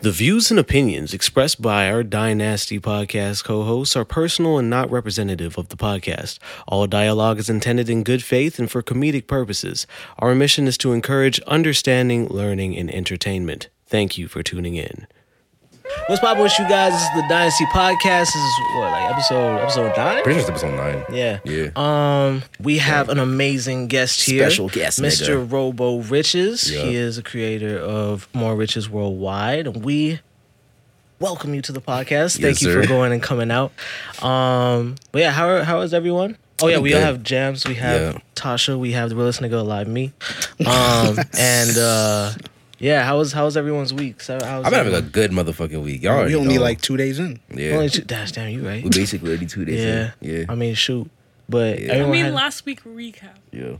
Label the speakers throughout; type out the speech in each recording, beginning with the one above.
Speaker 1: The views and opinions expressed by our Dynasty podcast co hosts are personal and not representative of the podcast. All dialogue is intended in good faith and for comedic purposes. Our mission is to encourage understanding, learning, and entertainment. Thank you for tuning in. What's poppin' with you guys? This is the Dynasty Podcast. This is what, like episode episode nine?
Speaker 2: Pretty sure it's episode nine.
Speaker 1: Yeah.
Speaker 2: Yeah.
Speaker 1: Um, we have an amazing guest here.
Speaker 3: Special guest,
Speaker 1: Mr.
Speaker 3: nigga.
Speaker 1: Robo Riches.
Speaker 2: Yeah.
Speaker 1: He is a creator of More Riches Worldwide. And we welcome you to the podcast. Thank
Speaker 2: Yes,
Speaker 1: you
Speaker 2: sir.
Speaker 1: for going and coming out. Um, but yeah, how are, how is everyone? Oh yeah, we all
Speaker 2: good.
Speaker 1: have jams. We have
Speaker 2: Yeah.
Speaker 1: Tasha. We have the realest nigga alive, me. Um, and uh, yeah, how was how was everyone's week? So how's
Speaker 2: I've been having a
Speaker 1: everyone?
Speaker 2: good motherfucking week. Y'all
Speaker 3: We
Speaker 2: already
Speaker 3: only
Speaker 2: know.
Speaker 3: like two days in.
Speaker 2: yeah.
Speaker 1: Only two, dash, damn, you right?
Speaker 2: we basically already two days.
Speaker 1: Yeah,
Speaker 2: in. yeah,
Speaker 1: I mean, shoot, but
Speaker 2: Yeah. I
Speaker 4: I
Speaker 1: everyone
Speaker 4: mean,
Speaker 1: had-
Speaker 4: last week recap.
Speaker 2: yeah.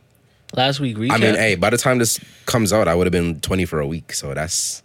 Speaker 1: last week recap.
Speaker 2: I mean, hey, by the time this comes out, I would have been twenty for a week. So that's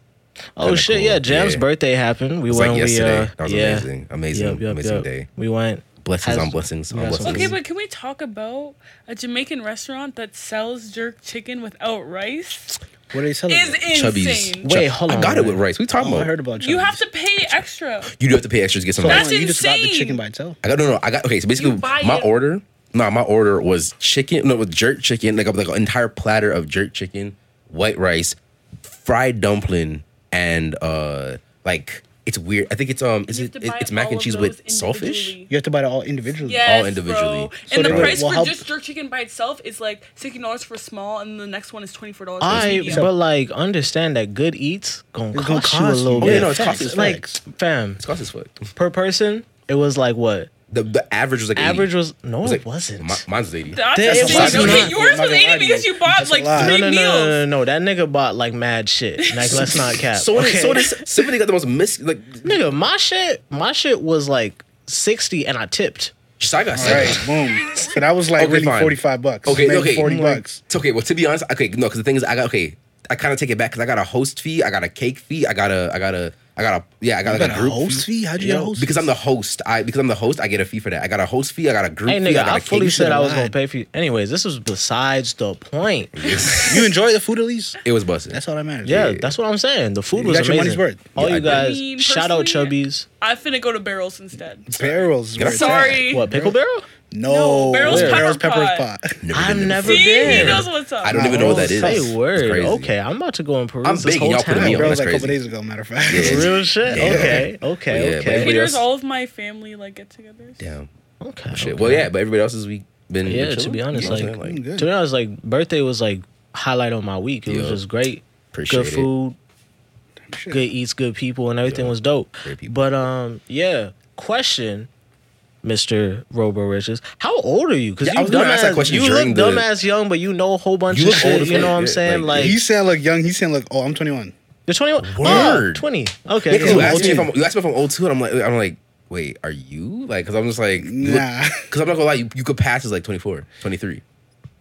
Speaker 1: Oh
Speaker 2: Kinda
Speaker 1: shit!
Speaker 2: cool.
Speaker 1: Yeah, Jam's
Speaker 2: Yeah.
Speaker 1: birthday happened. We
Speaker 2: it's
Speaker 1: went.
Speaker 2: like yesterday.
Speaker 1: We, uh,
Speaker 2: that was
Speaker 1: yeah.
Speaker 2: amazing, amazing,
Speaker 1: Yup, yup,
Speaker 2: amazing
Speaker 1: yup.
Speaker 2: day.
Speaker 1: We went.
Speaker 2: Blessings
Speaker 1: Has-
Speaker 2: on blessings on
Speaker 1: Yeah, so-
Speaker 2: blessings.
Speaker 4: Okay, but can we talk about a Jamaican restaurant that sells jerk chicken without rice?
Speaker 3: What are they selling?
Speaker 4: Is
Speaker 2: Chubby's.
Speaker 4: insane.
Speaker 1: Wait, hold
Speaker 2: I
Speaker 1: on,
Speaker 2: got it
Speaker 1: wait.
Speaker 2: with rice. We talking
Speaker 3: Oh, I
Speaker 2: about?
Speaker 3: heard about
Speaker 4: You
Speaker 3: Chubby's.
Speaker 4: have to pay extra.
Speaker 2: You do have to pay extra to get some
Speaker 3: So
Speaker 2: rice.
Speaker 4: That's
Speaker 3: you just bought the
Speaker 4: insane.
Speaker 3: chicken by itself.
Speaker 2: I got no, no. I got okay. So basically,
Speaker 4: You buy
Speaker 2: my
Speaker 4: it-
Speaker 2: order. No, my order was chicken. No, with jerk chicken, like like an entire platter of jerk chicken, white rice, fried dumpling, and uh like it's weird. I think it's um, is
Speaker 4: You have
Speaker 2: it
Speaker 4: to
Speaker 2: it-
Speaker 4: buy
Speaker 2: it's mac
Speaker 4: all
Speaker 2: and
Speaker 4: of
Speaker 2: cheese
Speaker 4: those
Speaker 2: with saltfish.
Speaker 4: individually.
Speaker 3: You have to buy it all individually.
Speaker 4: Yes,
Speaker 2: individually.
Speaker 4: Bro.
Speaker 2: So
Speaker 4: and
Speaker 2: they
Speaker 4: the
Speaker 2: will-
Speaker 4: price
Speaker 3: will
Speaker 4: for
Speaker 3: help-
Speaker 4: just jerk chicken by itself is like sixty dollars for small, and the next one is twenty four dollars.
Speaker 1: I
Speaker 4: medium.
Speaker 1: but like understand that good eats gonna
Speaker 3: It's
Speaker 1: cost, you
Speaker 3: gonna
Speaker 1: a
Speaker 3: cost
Speaker 1: little
Speaker 3: you.
Speaker 2: Oh, yeah,
Speaker 1: bit.
Speaker 2: no, it's cost
Speaker 3: facts,
Speaker 2: as
Speaker 1: like
Speaker 2: like
Speaker 1: fam
Speaker 2: it's cost as fuck.
Speaker 1: per person, it was like what
Speaker 2: The the average was like 80.
Speaker 1: average was. No,
Speaker 2: It
Speaker 1: it,
Speaker 2: was like-
Speaker 1: was not
Speaker 2: mi- mine's was eighty.
Speaker 4: That's
Speaker 1: That- it
Speaker 4: insane.
Speaker 1: was
Speaker 4: okay,
Speaker 1: not-
Speaker 3: I'm
Speaker 4: yours
Speaker 3: not
Speaker 4: was
Speaker 3: gonna lie
Speaker 4: eighty
Speaker 3: to
Speaker 4: because
Speaker 3: you.
Speaker 4: you bought
Speaker 3: That's a
Speaker 4: like
Speaker 3: lie.
Speaker 1: no,
Speaker 4: three
Speaker 1: no, no,
Speaker 4: meals.
Speaker 1: no, no, no. That nigga bought like mad shit. Like, let's not cap.
Speaker 2: So did
Speaker 1: Okay.
Speaker 2: so did so did got the most mis like.
Speaker 1: nigga, my shit, my shit was like sixty, and I tipped.
Speaker 2: So I got
Speaker 3: All right,
Speaker 2: sick.
Speaker 3: boom. So that was like
Speaker 2: Okay,
Speaker 3: really
Speaker 2: fine.
Speaker 3: forty-five bucks.
Speaker 2: Okay,
Speaker 3: maybe
Speaker 2: okay.
Speaker 3: forty
Speaker 2: Mm.
Speaker 3: bucks.
Speaker 2: It's okay. Well, to be honest, okay, no, because the thing is, I got okay. I kind of take it back because I got a host fee, I got a cake fee, I got a, I got a, I got a, yeah, I got, like a group fee.
Speaker 3: How'd
Speaker 1: Yo,
Speaker 2: Because I'm the host, I because I'm the host, I get a fee for that. I got a host fee, I got a group
Speaker 1: Hey
Speaker 2: fee,
Speaker 1: nigga,
Speaker 2: I got
Speaker 1: I
Speaker 2: a cake.
Speaker 1: fully
Speaker 2: fee.
Speaker 1: said I was
Speaker 3: lied.
Speaker 1: gonna pay for you. Anyways, this was besides the point.
Speaker 3: You enjoy the food at least.
Speaker 2: It was busted.
Speaker 3: That's all that matters.
Speaker 1: Yeah, that's what I'm saying. The food
Speaker 3: You
Speaker 1: was
Speaker 3: got your
Speaker 1: amazing.
Speaker 3: money's worth.
Speaker 1: All
Speaker 2: Yeah,
Speaker 1: you
Speaker 2: I did.
Speaker 1: guys,
Speaker 4: I mean,
Speaker 1: shout out
Speaker 4: personally,
Speaker 1: Chubby's.
Speaker 4: I'm finna go to Barrels instead.
Speaker 3: barrels. is
Speaker 2: Get
Speaker 3: where
Speaker 2: off-
Speaker 3: it's at.
Speaker 4: Sorry.
Speaker 1: What pickle barrel?
Speaker 3: No,
Speaker 4: No, Barrels
Speaker 1: Where?
Speaker 3: Barrels
Speaker 4: Pepper
Speaker 3: pepper
Speaker 4: Pot.
Speaker 3: pot.
Speaker 2: Never
Speaker 1: I've
Speaker 2: been there.
Speaker 1: never
Speaker 4: See, he
Speaker 1: been.
Speaker 4: knows what's up.
Speaker 2: I don't even know what that is. It's
Speaker 1: Say word.
Speaker 2: crazy.
Speaker 1: Okay, I'm about to go and peruse
Speaker 2: I'm
Speaker 1: this
Speaker 2: big and
Speaker 1: whole
Speaker 2: y'all put
Speaker 1: town.
Speaker 2: me on.
Speaker 3: Barrels like a
Speaker 2: That's
Speaker 3: couple
Speaker 2: crazy.
Speaker 3: days ago. Matter of
Speaker 2: Yeah.
Speaker 3: fact.
Speaker 1: Real shit. Okay.
Speaker 2: Yeah. Yeah,
Speaker 1: Okay.
Speaker 2: but
Speaker 1: okay.
Speaker 2: everybody
Speaker 4: Caters
Speaker 2: else-
Speaker 4: all of my family like get-togethers.
Speaker 2: Damn.
Speaker 1: Okay.
Speaker 2: Shit.
Speaker 1: okay.
Speaker 2: Well, yeah, but everybody else has we been.
Speaker 1: Yeah,
Speaker 2: been
Speaker 1: to
Speaker 2: chilling.
Speaker 1: be honest,
Speaker 2: You know what I'm
Speaker 1: like-
Speaker 2: saying?
Speaker 3: Mm, good.
Speaker 1: To be honest, like birthday was like highlight of my week. It was
Speaker 2: Yeah.
Speaker 1: just great.
Speaker 2: Appreciate
Speaker 1: good
Speaker 2: it.
Speaker 1: food,
Speaker 3: Shit.
Speaker 1: good eats, good people, and everything
Speaker 2: Yeah.
Speaker 1: was dope.
Speaker 2: Great people.
Speaker 1: But um, yeah. Question, Mister Robo Riches, how old are you? Because
Speaker 2: Yeah, I
Speaker 1: you
Speaker 2: was gonna ask that
Speaker 1: dumbass,
Speaker 2: question
Speaker 1: you
Speaker 2: during
Speaker 1: look
Speaker 2: the-
Speaker 1: dumbass young, but you know a whole bunch
Speaker 2: You
Speaker 1: of
Speaker 2: look old
Speaker 1: shit.
Speaker 2: as
Speaker 1: You know
Speaker 2: fuck,
Speaker 1: what I'm
Speaker 2: yeah,
Speaker 1: saying?
Speaker 2: like,
Speaker 1: Like,
Speaker 3: He sound like young. He sound like oh, I'm 21.
Speaker 1: you're 21.
Speaker 2: Word.
Speaker 1: Oh, 20.
Speaker 2: Yeah,
Speaker 1: Okay.
Speaker 2: 'cause you
Speaker 3: Yeah,
Speaker 2: asked me if
Speaker 3: 02.
Speaker 2: I'm, you asked me if I'm old too, and I'm like, I'm like, wait, are you like? Because I'm just like,
Speaker 3: Nah.
Speaker 2: Because I'm not gonna lie, you, you could pass as like 24, 23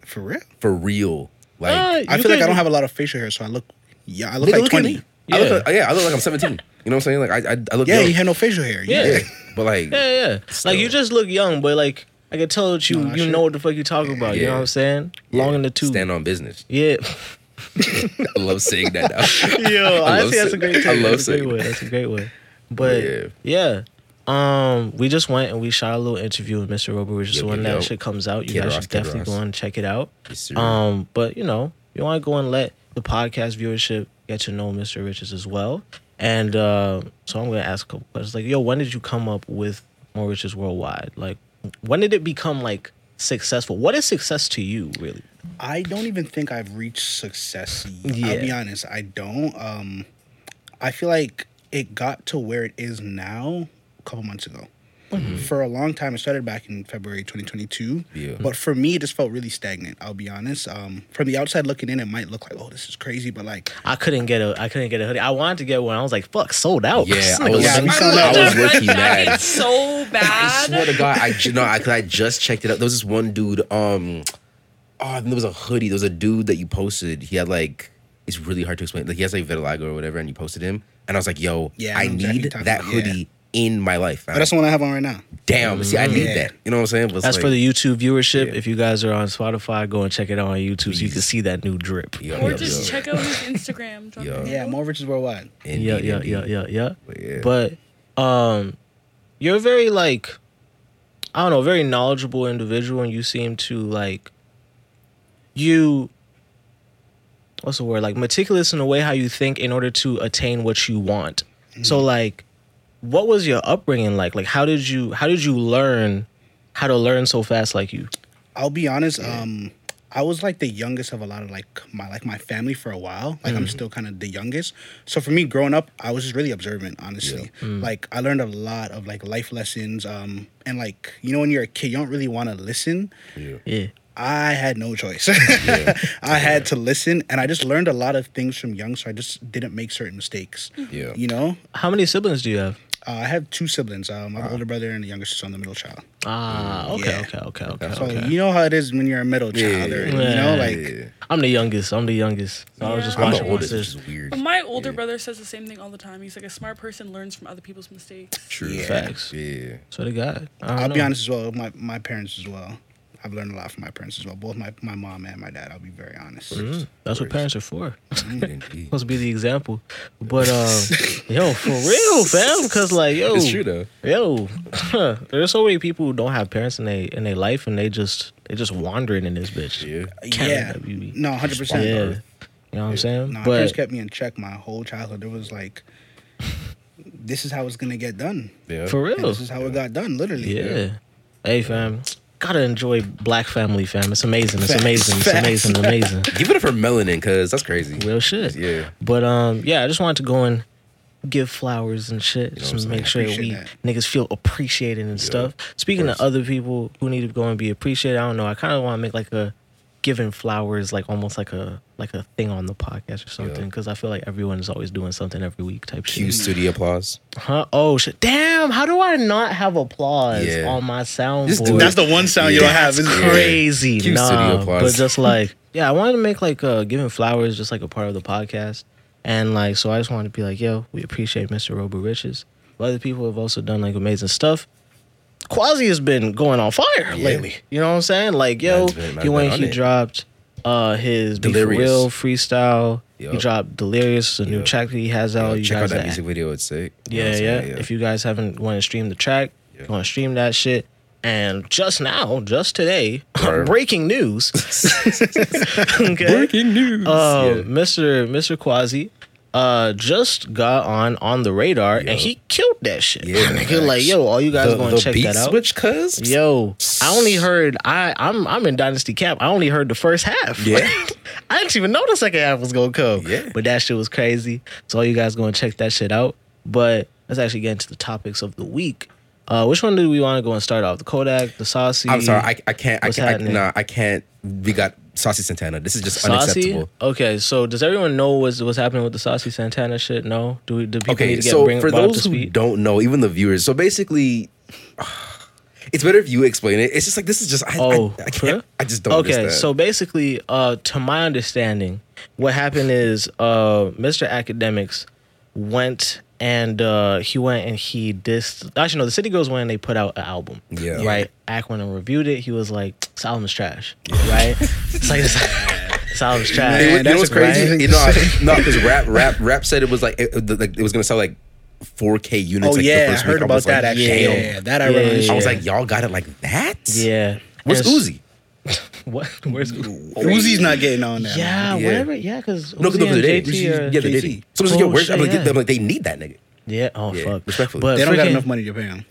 Speaker 3: For real?
Speaker 2: for real. Like,
Speaker 1: Uh,
Speaker 3: I
Speaker 1: You
Speaker 3: feel like I
Speaker 1: can-
Speaker 3: don't have a lot of facial hair, so I look. Yeah, I look
Speaker 2: Nigga,
Speaker 3: like
Speaker 2: look at
Speaker 3: 20.
Speaker 2: me. I look
Speaker 1: Yeah.
Speaker 2: like- yeah, I look like I'm 17. You know what I'm saying? Like I, I, I look.
Speaker 3: Yeah,
Speaker 2: young.
Speaker 3: you had no facial hair.
Speaker 1: Yeah.
Speaker 2: Yeah, but like,
Speaker 1: Yeah, yeah.
Speaker 2: Still.
Speaker 1: Like you just look young, but like I can tell that you
Speaker 3: No, I
Speaker 1: you
Speaker 3: should-
Speaker 1: know what the fuck you talking about. You
Speaker 2: Yeah.
Speaker 1: know what I'm saying? Long in the tooth.
Speaker 2: stand on business.
Speaker 1: Yeah.
Speaker 2: I love saying that. Now.
Speaker 1: Yo,
Speaker 2: I
Speaker 1: I
Speaker 2: love
Speaker 1: see that's a
Speaker 2: sick.
Speaker 1: great
Speaker 2: I
Speaker 1: take.
Speaker 2: love
Speaker 1: that's a
Speaker 2: sick.
Speaker 1: great way. That's a great way. But
Speaker 2: Yeah.
Speaker 1: yeah. Um, we just went and we shot a little interview with Mr. Robo, which is
Speaker 2: Yup,
Speaker 1: when
Speaker 2: yup,
Speaker 1: that
Speaker 2: yup.
Speaker 1: shit comes out. You
Speaker 2: Kid
Speaker 1: guys
Speaker 2: Rock,
Speaker 1: should
Speaker 2: Kid
Speaker 1: definitely go
Speaker 2: Rock's.
Speaker 1: and check it out.
Speaker 2: Yes, sir.
Speaker 1: Um, but you know, you want to go and let the podcast viewership get to know Mr. Riches as well. And uh, so I'm gonna ask a couple questions. Like, yo, when did you come up with More Riches Worldwide? Like, when did it become like successful? What is success to you, really?
Speaker 3: I don't even think I've reached success. Yet.
Speaker 1: Yeah.
Speaker 3: I'll be honest, I don't. Um, I feel like it got to where it is now a couple months ago. For a long time, it started back in February 2022.
Speaker 2: Yeah.
Speaker 3: But for me, it just felt really stagnant. I'll be honest. Um, from the outside looking in, it might look like, oh, this is crazy, but like,
Speaker 1: I couldn't get a I couldn't get a hoodie. I wanted to get one. I was like, fuck, sold out.
Speaker 2: Yeah,
Speaker 1: This
Speaker 2: I
Speaker 1: nigga
Speaker 2: was-
Speaker 3: yeah, we
Speaker 4: I
Speaker 3: sound
Speaker 4: love
Speaker 3: like-
Speaker 2: was
Speaker 4: that
Speaker 2: low-key
Speaker 4: red
Speaker 2: mad.
Speaker 4: jacket so
Speaker 2: I swear
Speaker 4: bad.
Speaker 2: to God, I ju- no, I, 'cause I just checked it out. There was this one dude. Um, oh, and there was a hoodie. There was a dude that you posted. He had like, it's really hard to explain. Like he has like vitiligo or whatever, and you posted him. And I was like, yo,
Speaker 3: Yeah, I
Speaker 2: I
Speaker 3: know exactly
Speaker 2: need
Speaker 3: what you're
Speaker 2: that
Speaker 3: talking about, yeah.
Speaker 2: hoodie in my life.
Speaker 3: But that's Mm-hmm. the one I have on right now.
Speaker 2: Damn. See, I need
Speaker 3: Yeah.
Speaker 2: that. You know what I'm saying? But it's
Speaker 1: That's for
Speaker 2: like-
Speaker 1: the YouTube viewership. If you guys are on Spotify, go and check it out on YouTube so you can see that new drip.
Speaker 2: Yo,
Speaker 4: Or
Speaker 2: yo,
Speaker 4: just
Speaker 2: yo.
Speaker 4: check out his Instagram. drop
Speaker 2: Yo.
Speaker 4: a
Speaker 3: Yeah,
Speaker 4: follow.
Speaker 3: more riches worldwide.
Speaker 2: Indeed,
Speaker 1: Yeah, yeah,
Speaker 2: indeed.
Speaker 1: yeah, yeah, yeah.
Speaker 2: yeah.
Speaker 1: But um you're a very like I don't know, very knowledgeable individual and you seem to like you what's the word? Like meticulous in the way how you think in order to attain what you want. So
Speaker 3: Mm-hmm.
Speaker 1: like what was your upbringing like? Like how did you how did you learn how to learn so fast like you?
Speaker 3: I'll be honest. Um, I was like the youngest of a lot of like my like my family for a while. Like
Speaker 2: Mm-hmm.
Speaker 3: I'm still kind of the youngest. So for me, growing up, I was just really observant. Honestly, like I learned a lot of like life lessons. Um, and like you know when you're a kid, you don't really want to listen.
Speaker 1: Yeah.
Speaker 3: I had no choice. I had to listen, and I just learned a lot of things from young. So I just didn't make certain mistakes.
Speaker 2: Yeah.
Speaker 3: You know,
Speaker 1: How many siblings do you have?
Speaker 3: uh, I have two siblings. Um, I
Speaker 2: Uh-huh.
Speaker 3: have an older brother and a younger sister. I'm the middle child.
Speaker 1: Ah, okay,
Speaker 3: Yeah.
Speaker 1: okay, okay, okay,
Speaker 2: Oh,
Speaker 3: So
Speaker 1: okay.
Speaker 3: you know how it is when you're a middle child, or, you know, like
Speaker 2: Yeah.
Speaker 1: I'm the youngest. I'm the youngest. So I was just
Speaker 4: Yeah.
Speaker 2: I'm the
Speaker 1: watching my
Speaker 2: oldest, which
Speaker 1: sis.
Speaker 2: is weird.
Speaker 4: But my older brother says the same thing all the time. He's like, a smart person learns from other people's mistakes.
Speaker 2: True.
Speaker 3: Yeah.
Speaker 1: Facts.
Speaker 2: Yeah.
Speaker 1: Swear to God. I don't
Speaker 3: I'll
Speaker 1: know.
Speaker 3: be honest as well. My my parents as well. I've learned a lot from my parents as well. Both my, my mom and my dad. I'll be very honest.
Speaker 1: That's what parents are for.
Speaker 2: Indeed.
Speaker 1: Supposed to be the example. But um, yo, for real, fam, because like yo,
Speaker 2: It's true though.
Speaker 1: yo, there's so many people who don't have parents in they in their life and they just they just wandering in this bitch.
Speaker 2: Yeah.
Speaker 3: Yeah.
Speaker 1: WWE.
Speaker 3: No, hundred
Speaker 1: Yeah.
Speaker 3: percent.
Speaker 1: You know what I'm saying?
Speaker 3: No, my parents
Speaker 1: but
Speaker 3: kept me in check my whole childhood. It was like, this is how it's gonna get done.
Speaker 2: Yeah.
Speaker 1: for
Speaker 3: And
Speaker 1: real,
Speaker 3: this is how it got done. Literally.
Speaker 1: yeah. Hey, fam, gotta enjoy Black Family, fam. It's amazing. It's
Speaker 3: Facts,
Speaker 1: amazing. It's
Speaker 3: facts.
Speaker 1: amazing. Amazing.
Speaker 2: Give it up for melanin, cause that's crazy.
Speaker 1: Real shit.
Speaker 2: Yeah.
Speaker 1: But um, yeah, I just wanted to go and give flowers and shit,
Speaker 2: what
Speaker 1: just
Speaker 2: I'm
Speaker 1: to
Speaker 2: saying?
Speaker 1: make sure that we
Speaker 3: Appreciate that.
Speaker 1: niggas feel appreciated and stuff. Speaking of
Speaker 2: course.
Speaker 1: other people who need to go and be appreciated, I don't know. I kind of want to make like a giving flowers, like almost like a like a thing on the podcast or something, because I feel like everyone is always doing something every week type shit.
Speaker 2: Cue studio applause.
Speaker 1: Huh? Oh shit! Damn! How do I not have applause
Speaker 2: Yeah.
Speaker 1: on my soundboard?
Speaker 2: Just do it.
Speaker 3: That's the one sound you don't have. Is
Speaker 2: Yeah.
Speaker 1: crazy.
Speaker 2: Cue studio
Speaker 1: Nah,
Speaker 2: applause.
Speaker 1: but just like yeah, I wanted to make like uh giving flowers just like a part of the podcast, and like so I just wanted to be like, yo, we appreciate Mr. Robo Riches. But other people have also done like amazing stuff. Quasi has been going on fire lately. You know what I'm saying? Like yo,
Speaker 2: Man's been- man's
Speaker 1: he went
Speaker 2: been
Speaker 1: he
Speaker 2: on it.
Speaker 1: dropped uh his Be For
Speaker 2: Delirious.
Speaker 1: real freestyle. He
Speaker 2: Yup.
Speaker 1: dropped Delirious, a new
Speaker 2: Yup.
Speaker 1: track that he has out. you
Speaker 2: Check out
Speaker 1: guys
Speaker 2: that
Speaker 1: are-
Speaker 2: music video. It's sick. You know
Speaker 1: yeah,
Speaker 2: what I'm
Speaker 1: yeah.
Speaker 2: saying?
Speaker 1: If you guys haven't want to stream the track,
Speaker 2: Yeah.
Speaker 1: want to stream that shit. And just now, just today,
Speaker 2: Word.
Speaker 1: breaking news. okay.
Speaker 2: breaking news.
Speaker 1: Uh,
Speaker 2: Yeah.
Speaker 1: Mr. Mr. Quasi uh just got on on the radar
Speaker 2: Yo.
Speaker 1: and he killed that shit.
Speaker 2: Yeah,
Speaker 1: Nigga,
Speaker 2: facts.
Speaker 1: like, yo, all you guys
Speaker 2: the,
Speaker 1: gonna
Speaker 2: the
Speaker 1: check
Speaker 2: beat
Speaker 1: that out.
Speaker 2: switch, cuz.
Speaker 1: Yo, I only heard I I'm I'm in Dynasty Cap. I only heard the first half.
Speaker 2: Yeah.
Speaker 1: I didn't even know the second half was gonna come.
Speaker 2: Yeah.
Speaker 1: But that shit was crazy. So all you guys gonna check that shit out. But let's actually get into the topics of the week. Uh, which one do we want to go and start off? The Kodak, the Saucy.
Speaker 2: I'm sorry. I, I can't. I
Speaker 1: What's
Speaker 2: can't. I,
Speaker 1: happening?
Speaker 2: nah, I can't. We got Saucy Santana. This is just
Speaker 1: Saucy.
Speaker 2: unacceptable.
Speaker 1: Okay, so does everyone know what's what's happening with the Saucy Santana shit? No. Do we? Do people need
Speaker 2: Okay,
Speaker 1: to get
Speaker 2: so
Speaker 1: bring,
Speaker 2: for
Speaker 1: brought up
Speaker 2: those
Speaker 1: to
Speaker 2: who
Speaker 1: speed?
Speaker 2: don't know, even the viewers, so basically, it's better if you explain it. It's just like this is just. I,
Speaker 1: Oh,
Speaker 2: I, I
Speaker 1: for real?
Speaker 2: can't. I just don't.
Speaker 1: okay,
Speaker 2: understand.
Speaker 1: so basically, uh, to my understanding, what happened is uh, Mr. Academics went and uh, he went and he dissed. Actually, no, the City Girls went and they put out an album.
Speaker 2: Yeah.
Speaker 1: Right? Ack went and reviewed it. He was like, this album is trash. Right? it's like, this, this album's trash.
Speaker 2: It was-
Speaker 3: Man,
Speaker 2: you know
Speaker 3: that's
Speaker 2: what's
Speaker 3: a crazy
Speaker 2: crazy?
Speaker 3: thing
Speaker 2: You
Speaker 3: to
Speaker 2: know, I- no, because rap, rap, rap said it was like it, it- like it was gonna sell like 4K units.
Speaker 3: Oh
Speaker 2: like, the
Speaker 3: yeah, I
Speaker 2: first
Speaker 3: heard
Speaker 2: week.
Speaker 3: about
Speaker 2: was
Speaker 3: that.
Speaker 2: like,
Speaker 3: actually,
Speaker 2: damn.
Speaker 3: yeah, that I
Speaker 1: Yeah,
Speaker 3: remember.
Speaker 1: yeah,
Speaker 2: I was
Speaker 1: yeah.
Speaker 2: like, y'all got it like that?
Speaker 1: yeah.
Speaker 2: Where's
Speaker 1: And it's-
Speaker 2: Uzi?
Speaker 1: What? Where's Uzi?
Speaker 3: Uzi's not getting on that.
Speaker 1: Yeah,
Speaker 2: Yeah.
Speaker 1: whatever. Yeah, because
Speaker 2: No,
Speaker 1: Uzi
Speaker 2: because no, 'cause
Speaker 1: and
Speaker 2: they
Speaker 1: JT
Speaker 2: did.
Speaker 1: are-
Speaker 2: Yeah, they did. So I was like,
Speaker 1: Oh,
Speaker 2: yo, where's?
Speaker 1: shit,
Speaker 2: I'm like,
Speaker 1: yeah.
Speaker 2: I'm like, they need that nigga.
Speaker 1: Yeah. Oh
Speaker 2: Yeah,
Speaker 1: fuck.
Speaker 2: respectfully.
Speaker 1: But
Speaker 3: They don't got
Speaker 1: freaking-
Speaker 3: enough money to pay him.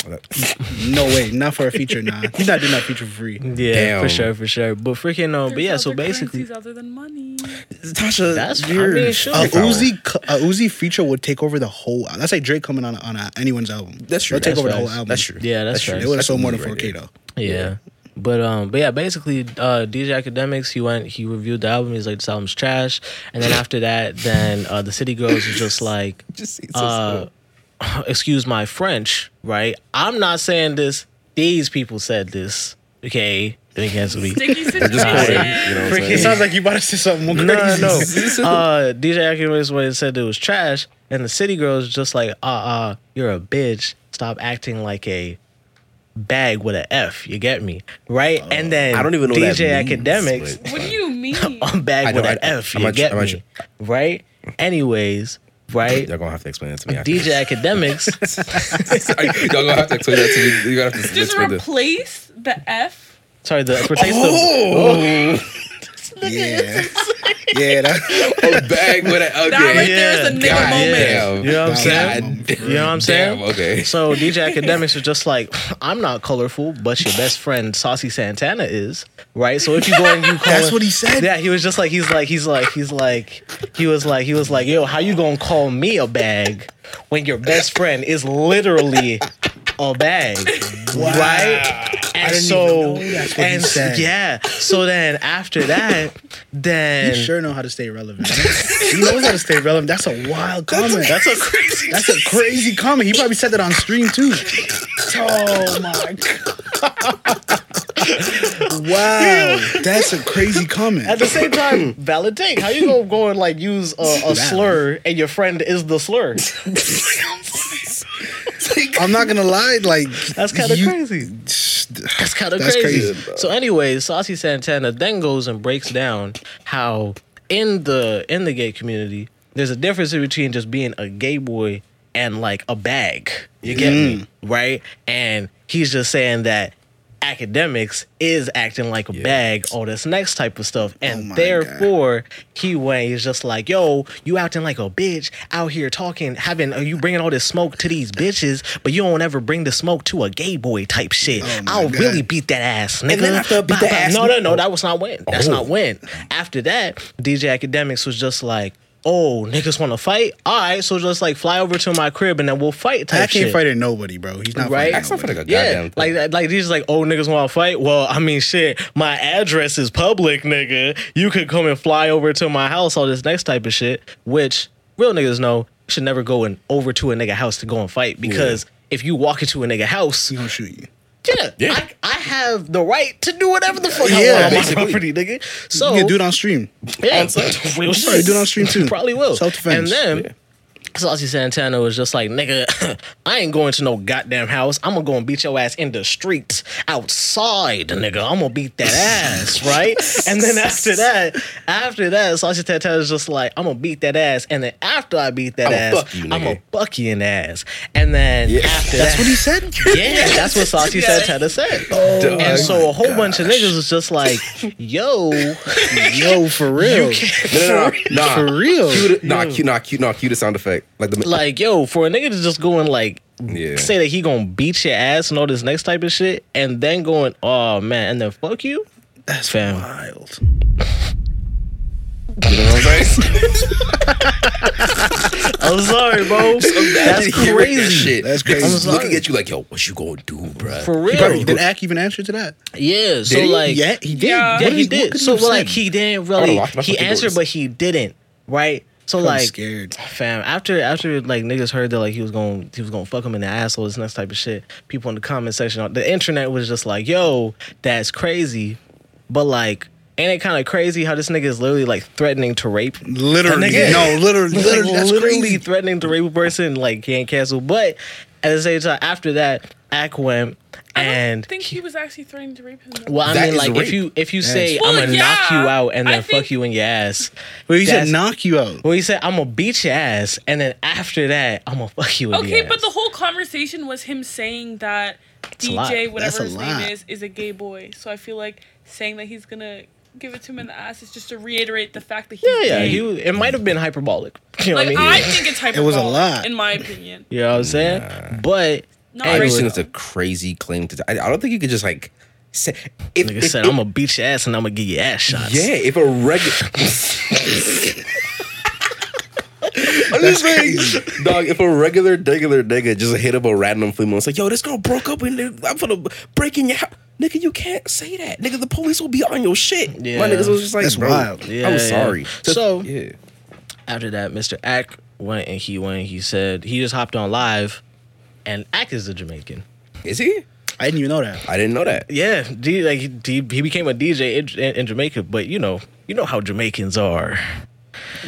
Speaker 3: No way, not for a feature. Nah, he's not doing that feature for free.
Speaker 1: Yeah, for
Speaker 2: Damn.
Speaker 1: sure, for sure. But freaking um, but
Speaker 4: There's
Speaker 1: yeah. So
Speaker 4: other
Speaker 1: basically,
Speaker 4: currencies other than money.
Speaker 2: Tasha,
Speaker 1: That's- I
Speaker 2: you're-
Speaker 1: mean, sure.
Speaker 3: A
Speaker 1: If I
Speaker 2: were-
Speaker 3: Uzi, co- a Uzi feature would take over the whole. That's like Drake coming on on uh, anyone's album.
Speaker 2: That's true.
Speaker 3: They'll take
Speaker 1: That's
Speaker 3: over the
Speaker 1: facts.
Speaker 3: whole album.
Speaker 2: That's true.
Speaker 1: Yeah, that's
Speaker 2: true.
Speaker 1: facts.
Speaker 3: They would have
Speaker 2: That's
Speaker 3: sold more
Speaker 2: Uzi
Speaker 3: than
Speaker 2: right
Speaker 3: 4K
Speaker 2: there.
Speaker 3: though.
Speaker 1: yeah. But um, but yeah, basically, uh, DJ Academics, he went, he reviewed the album. He's like, this album's trash. And then after that, then uh, the City Girls was just like,
Speaker 2: Just it's so
Speaker 1: uh,
Speaker 2: slow.
Speaker 1: excuse my French, right? I'm not saying this. These people said this, okay? Big ass week.
Speaker 4: Sticky situation.
Speaker 2: Just quote it. You know what I'm
Speaker 3: It
Speaker 2: saying?
Speaker 3: sounds like you about to say something more
Speaker 1: No, no,
Speaker 3: crazy.
Speaker 1: no. Uh, DJ Acurates when it said it was trash, and the city girls just like, uh, uh, you're a bitch. Stop acting like a bag with a F. You get me, right?
Speaker 4: Oh.
Speaker 1: and then
Speaker 2: I don't even know what that
Speaker 1: DJ
Speaker 2: means,
Speaker 1: Academics
Speaker 2: but-
Speaker 4: What do you mean?
Speaker 1: on bag
Speaker 2: I know,
Speaker 1: with an
Speaker 2: I- I-
Speaker 1: F.
Speaker 2: I'm
Speaker 1: You
Speaker 2: not-
Speaker 1: get
Speaker 2: I'm
Speaker 1: me,
Speaker 2: not sure.
Speaker 1: right? Anyways, right?
Speaker 2: Y'all gonna have to explain that to me. after
Speaker 1: DJ Academics.
Speaker 2: this. Y'all gonna have to explain that to me. You gotta have to
Speaker 4: Just
Speaker 2: explain this.
Speaker 4: replace the F.
Speaker 1: Sorry, the replace
Speaker 4: Oh,
Speaker 2: Oh,
Speaker 3: Yeah. yeah. That,
Speaker 2: A bag with a
Speaker 4: That right
Speaker 2: okay.
Speaker 4: there is a nigga
Speaker 2: God
Speaker 4: moment.
Speaker 2: damn.
Speaker 1: You know what I'm
Speaker 3: Nah,
Speaker 1: saying?
Speaker 3: nah, nah,
Speaker 1: You know what I'm saying?
Speaker 2: Damn, okay.
Speaker 1: So DJ Academics is just like, I'm not colorful, but your best friend Saucy Santana is, right? So if you go and you call
Speaker 3: That's what he said?
Speaker 1: Yeah, he was just like, he's like, he's like, he's like, he was like, he was like, yo, how you gonna call me a bag when your best friend is literally a bag, right? And
Speaker 3: didn't
Speaker 1: so,
Speaker 3: even know that's what he
Speaker 1: and s-
Speaker 3: said.
Speaker 1: yeah, so then after that, then
Speaker 3: you sure know how to stay relevant. he knows how to stay relevant. That's a wild comment. That's a crazy. That's a crazy comment. He probably said that on stream too. Oh my god. wow, that's a crazy comment.
Speaker 1: At the same time, valid take. How you gonna go and like use a, a slur and your friend is the slur?
Speaker 3: I'm not gonna lie, like
Speaker 1: That's kind of
Speaker 3: you-
Speaker 1: crazy. That's kind of
Speaker 3: That's
Speaker 1: crazy.
Speaker 3: crazy, bro.
Speaker 1: so, anyways, Saucy Santana then goes and breaks down how in the in the gay community there's a difference between just being a gay boy and like a bag. You get
Speaker 3: Mm.
Speaker 1: me, right? And he's just saying that academics is acting like a bag all this next type of stuff and
Speaker 3: Oh my
Speaker 1: therefore he went he's just like yo you acting like a bitch out here talking having are you bringing all this smoke to these bitches but you don't ever bring the smoke to a gay boy type shit
Speaker 2: Oh
Speaker 3: my
Speaker 1: i'll
Speaker 3: God.
Speaker 1: really beat that ass nigga
Speaker 2: then after I beat
Speaker 1: Bah,
Speaker 2: that
Speaker 1: bah.
Speaker 2: ass,
Speaker 1: no no no
Speaker 2: nigga-
Speaker 1: that was not when that's
Speaker 2: Oh.
Speaker 1: not when after that dj academics was just like Oh, niggas want to fight? All right, so just like fly over to my crib and then we'll fight type
Speaker 3: I can't
Speaker 1: shit.
Speaker 3: fight at nobody, bro. He's not
Speaker 1: Right?
Speaker 3: right.
Speaker 2: That's not for like a
Speaker 1: Yeah,
Speaker 2: goddamn.
Speaker 1: like like these like old niggas want to fight. Well, I mean, shit, my address is public, nigga. You could come and fly over to my house. All this next type of shit, which real niggas know, you should never go and over to a nigga house to go and fight because if you walk into a nigga house,
Speaker 3: He's gonna shoot you.
Speaker 1: yeah,
Speaker 2: Yeah.
Speaker 1: I, I have the right to do whatever the fuck
Speaker 3: Yeah,
Speaker 1: I want on my
Speaker 2: basically.
Speaker 1: property, nigga. So
Speaker 3: you can do it on stream.
Speaker 1: yeah, real
Speaker 3: Sorry,
Speaker 1: shit.
Speaker 3: do it on stream too.
Speaker 1: Probably will. And
Speaker 3: Self-defense.
Speaker 1: then Saucy Santana was just like, nigga, I ain't going to no goddamn house. I'm gonna go and beat your ass in the streets outside, nigga. I'm gonna beat that ass, right? And then after that, after that, Saucy Santana was just like, I'm gonna beat that ass. And then after I beat that
Speaker 2: I'ma
Speaker 1: ass,
Speaker 2: fuck you, nigga.
Speaker 1: I'm gonna buck you in the ass. And then after
Speaker 3: That's
Speaker 1: that,
Speaker 3: what he said.
Speaker 1: yeah, that's what Saucy
Speaker 4: Yeah.
Speaker 1: Santana said.
Speaker 2: Dog.
Speaker 1: and so a whole bunch of niggas was just like, yo.
Speaker 3: Yo, for real.
Speaker 2: no, no, no,
Speaker 3: For real.
Speaker 2: Cue the- Nah, cue, nah, cue, nah, cue the sound effect. Mm. Like the
Speaker 1: like yo for a nigga to just go and like
Speaker 2: Yeah.
Speaker 1: say that he gonna beat your ass and all this next type of shit and then going oh man and then fuck you
Speaker 3: That's
Speaker 1: Fam.
Speaker 3: wild.
Speaker 2: You know what I'm saying?
Speaker 1: i'm sorry bro that's
Speaker 2: Hearing that
Speaker 1: crazy
Speaker 2: shit.
Speaker 3: That's crazy.
Speaker 1: I'm
Speaker 2: He's
Speaker 1: sorry.
Speaker 2: looking at you like, yo, what you gonna do, bruh?
Speaker 1: for real
Speaker 3: Bro, did Ack even answer to that?
Speaker 1: yeah so
Speaker 2: Did he?
Speaker 1: like
Speaker 3: yeah, he did.
Speaker 4: Yeah.
Speaker 1: yeah
Speaker 3: What
Speaker 1: he
Speaker 3: what
Speaker 1: did
Speaker 3: could
Speaker 1: so
Speaker 3: have
Speaker 1: well, like
Speaker 3: said?
Speaker 1: he didn't
Speaker 2: I
Speaker 1: really
Speaker 2: watched my
Speaker 1: he
Speaker 2: fucking
Speaker 1: answered
Speaker 2: words.
Speaker 1: but he didn't right so
Speaker 3: I'm
Speaker 1: like
Speaker 3: scared.
Speaker 1: Fam, after after like niggas heard that like he was gonna he was gonna fuck him in the asshole, this next type of shit. People in the comment section, the internet was just like, "Yo, that's crazy," but like, ain't it kind of crazy how this nigga is literally like threatening to rape?
Speaker 3: Literally,
Speaker 1: That nigga-
Speaker 3: no, literally,
Speaker 1: Like,
Speaker 3: literally, that's
Speaker 1: literally
Speaker 3: crazy.
Speaker 1: threatening to rape a person. Like, can't cancel. But at the same time, after that, Ack went and
Speaker 4: I think he was actually threatening to rape him. though.
Speaker 1: well, I
Speaker 2: That
Speaker 1: mean,
Speaker 2: is
Speaker 1: like
Speaker 2: rape.
Speaker 1: if you if you say
Speaker 4: Well,
Speaker 1: I'm gonna knock
Speaker 4: yeah,
Speaker 1: you out and
Speaker 4: I
Speaker 1: then fuck
Speaker 4: think-
Speaker 1: you in your ass,
Speaker 3: Well, he said
Speaker 1: That's-
Speaker 3: knock you out.
Speaker 1: well, he said I'm gonna beat your ass, and then after that, I'm gonna fuck you in the ass.
Speaker 4: Okay, but the whole conversation was him saying that
Speaker 1: a lot.
Speaker 4: DJ,
Speaker 3: That's
Speaker 4: whatever
Speaker 3: a
Speaker 4: his
Speaker 3: lot.
Speaker 4: name is, is a gay boy. So I feel like saying that he's gonna give it to him in the ass is just to reiterate the fact that he's
Speaker 1: Yeah, yeah.
Speaker 4: gay.
Speaker 1: He, was- it might have been hyperbolic. You know
Speaker 4: like
Speaker 1: what I
Speaker 4: I
Speaker 1: mean?
Speaker 4: think it's
Speaker 3: It
Speaker 4: hyperbolic.
Speaker 3: was a lot.
Speaker 4: in my opinion.
Speaker 1: you know what I'm saying? But
Speaker 4: Not
Speaker 2: I
Speaker 1: Anyway.
Speaker 2: just
Speaker 4: racist.
Speaker 2: think it's a crazy claim to. I, I don't think you could just like say if,
Speaker 1: like I
Speaker 2: if-
Speaker 1: said,
Speaker 2: if-
Speaker 1: I'm gonna beat your ass and I'm gonna get your ass shots.
Speaker 2: yeah. If a regular. I'm just saying, dog. If a regular, regular nigga just hit up a random female, it's like, yo, this girl broke up and I'm gonna break in your house, nigga. You can't say that, nigga. The police will be on your shit.
Speaker 1: Yeah.
Speaker 2: My niggas was just like,
Speaker 3: That's
Speaker 2: bro,
Speaker 3: wild.
Speaker 1: Yeah,
Speaker 2: I'm
Speaker 1: yeah.
Speaker 2: sorry.
Speaker 1: So-
Speaker 2: yeah,
Speaker 1: After that, Mr. Ack went and he went. He said he just hopped on live, and Ack is a Jamaican.
Speaker 2: is he?
Speaker 3: I didn't even know that.
Speaker 2: I didn't know that.
Speaker 1: Yeah, D, like he, D, he became a DJ in, in, in Jamaica, but you know, you know how Jamaicans are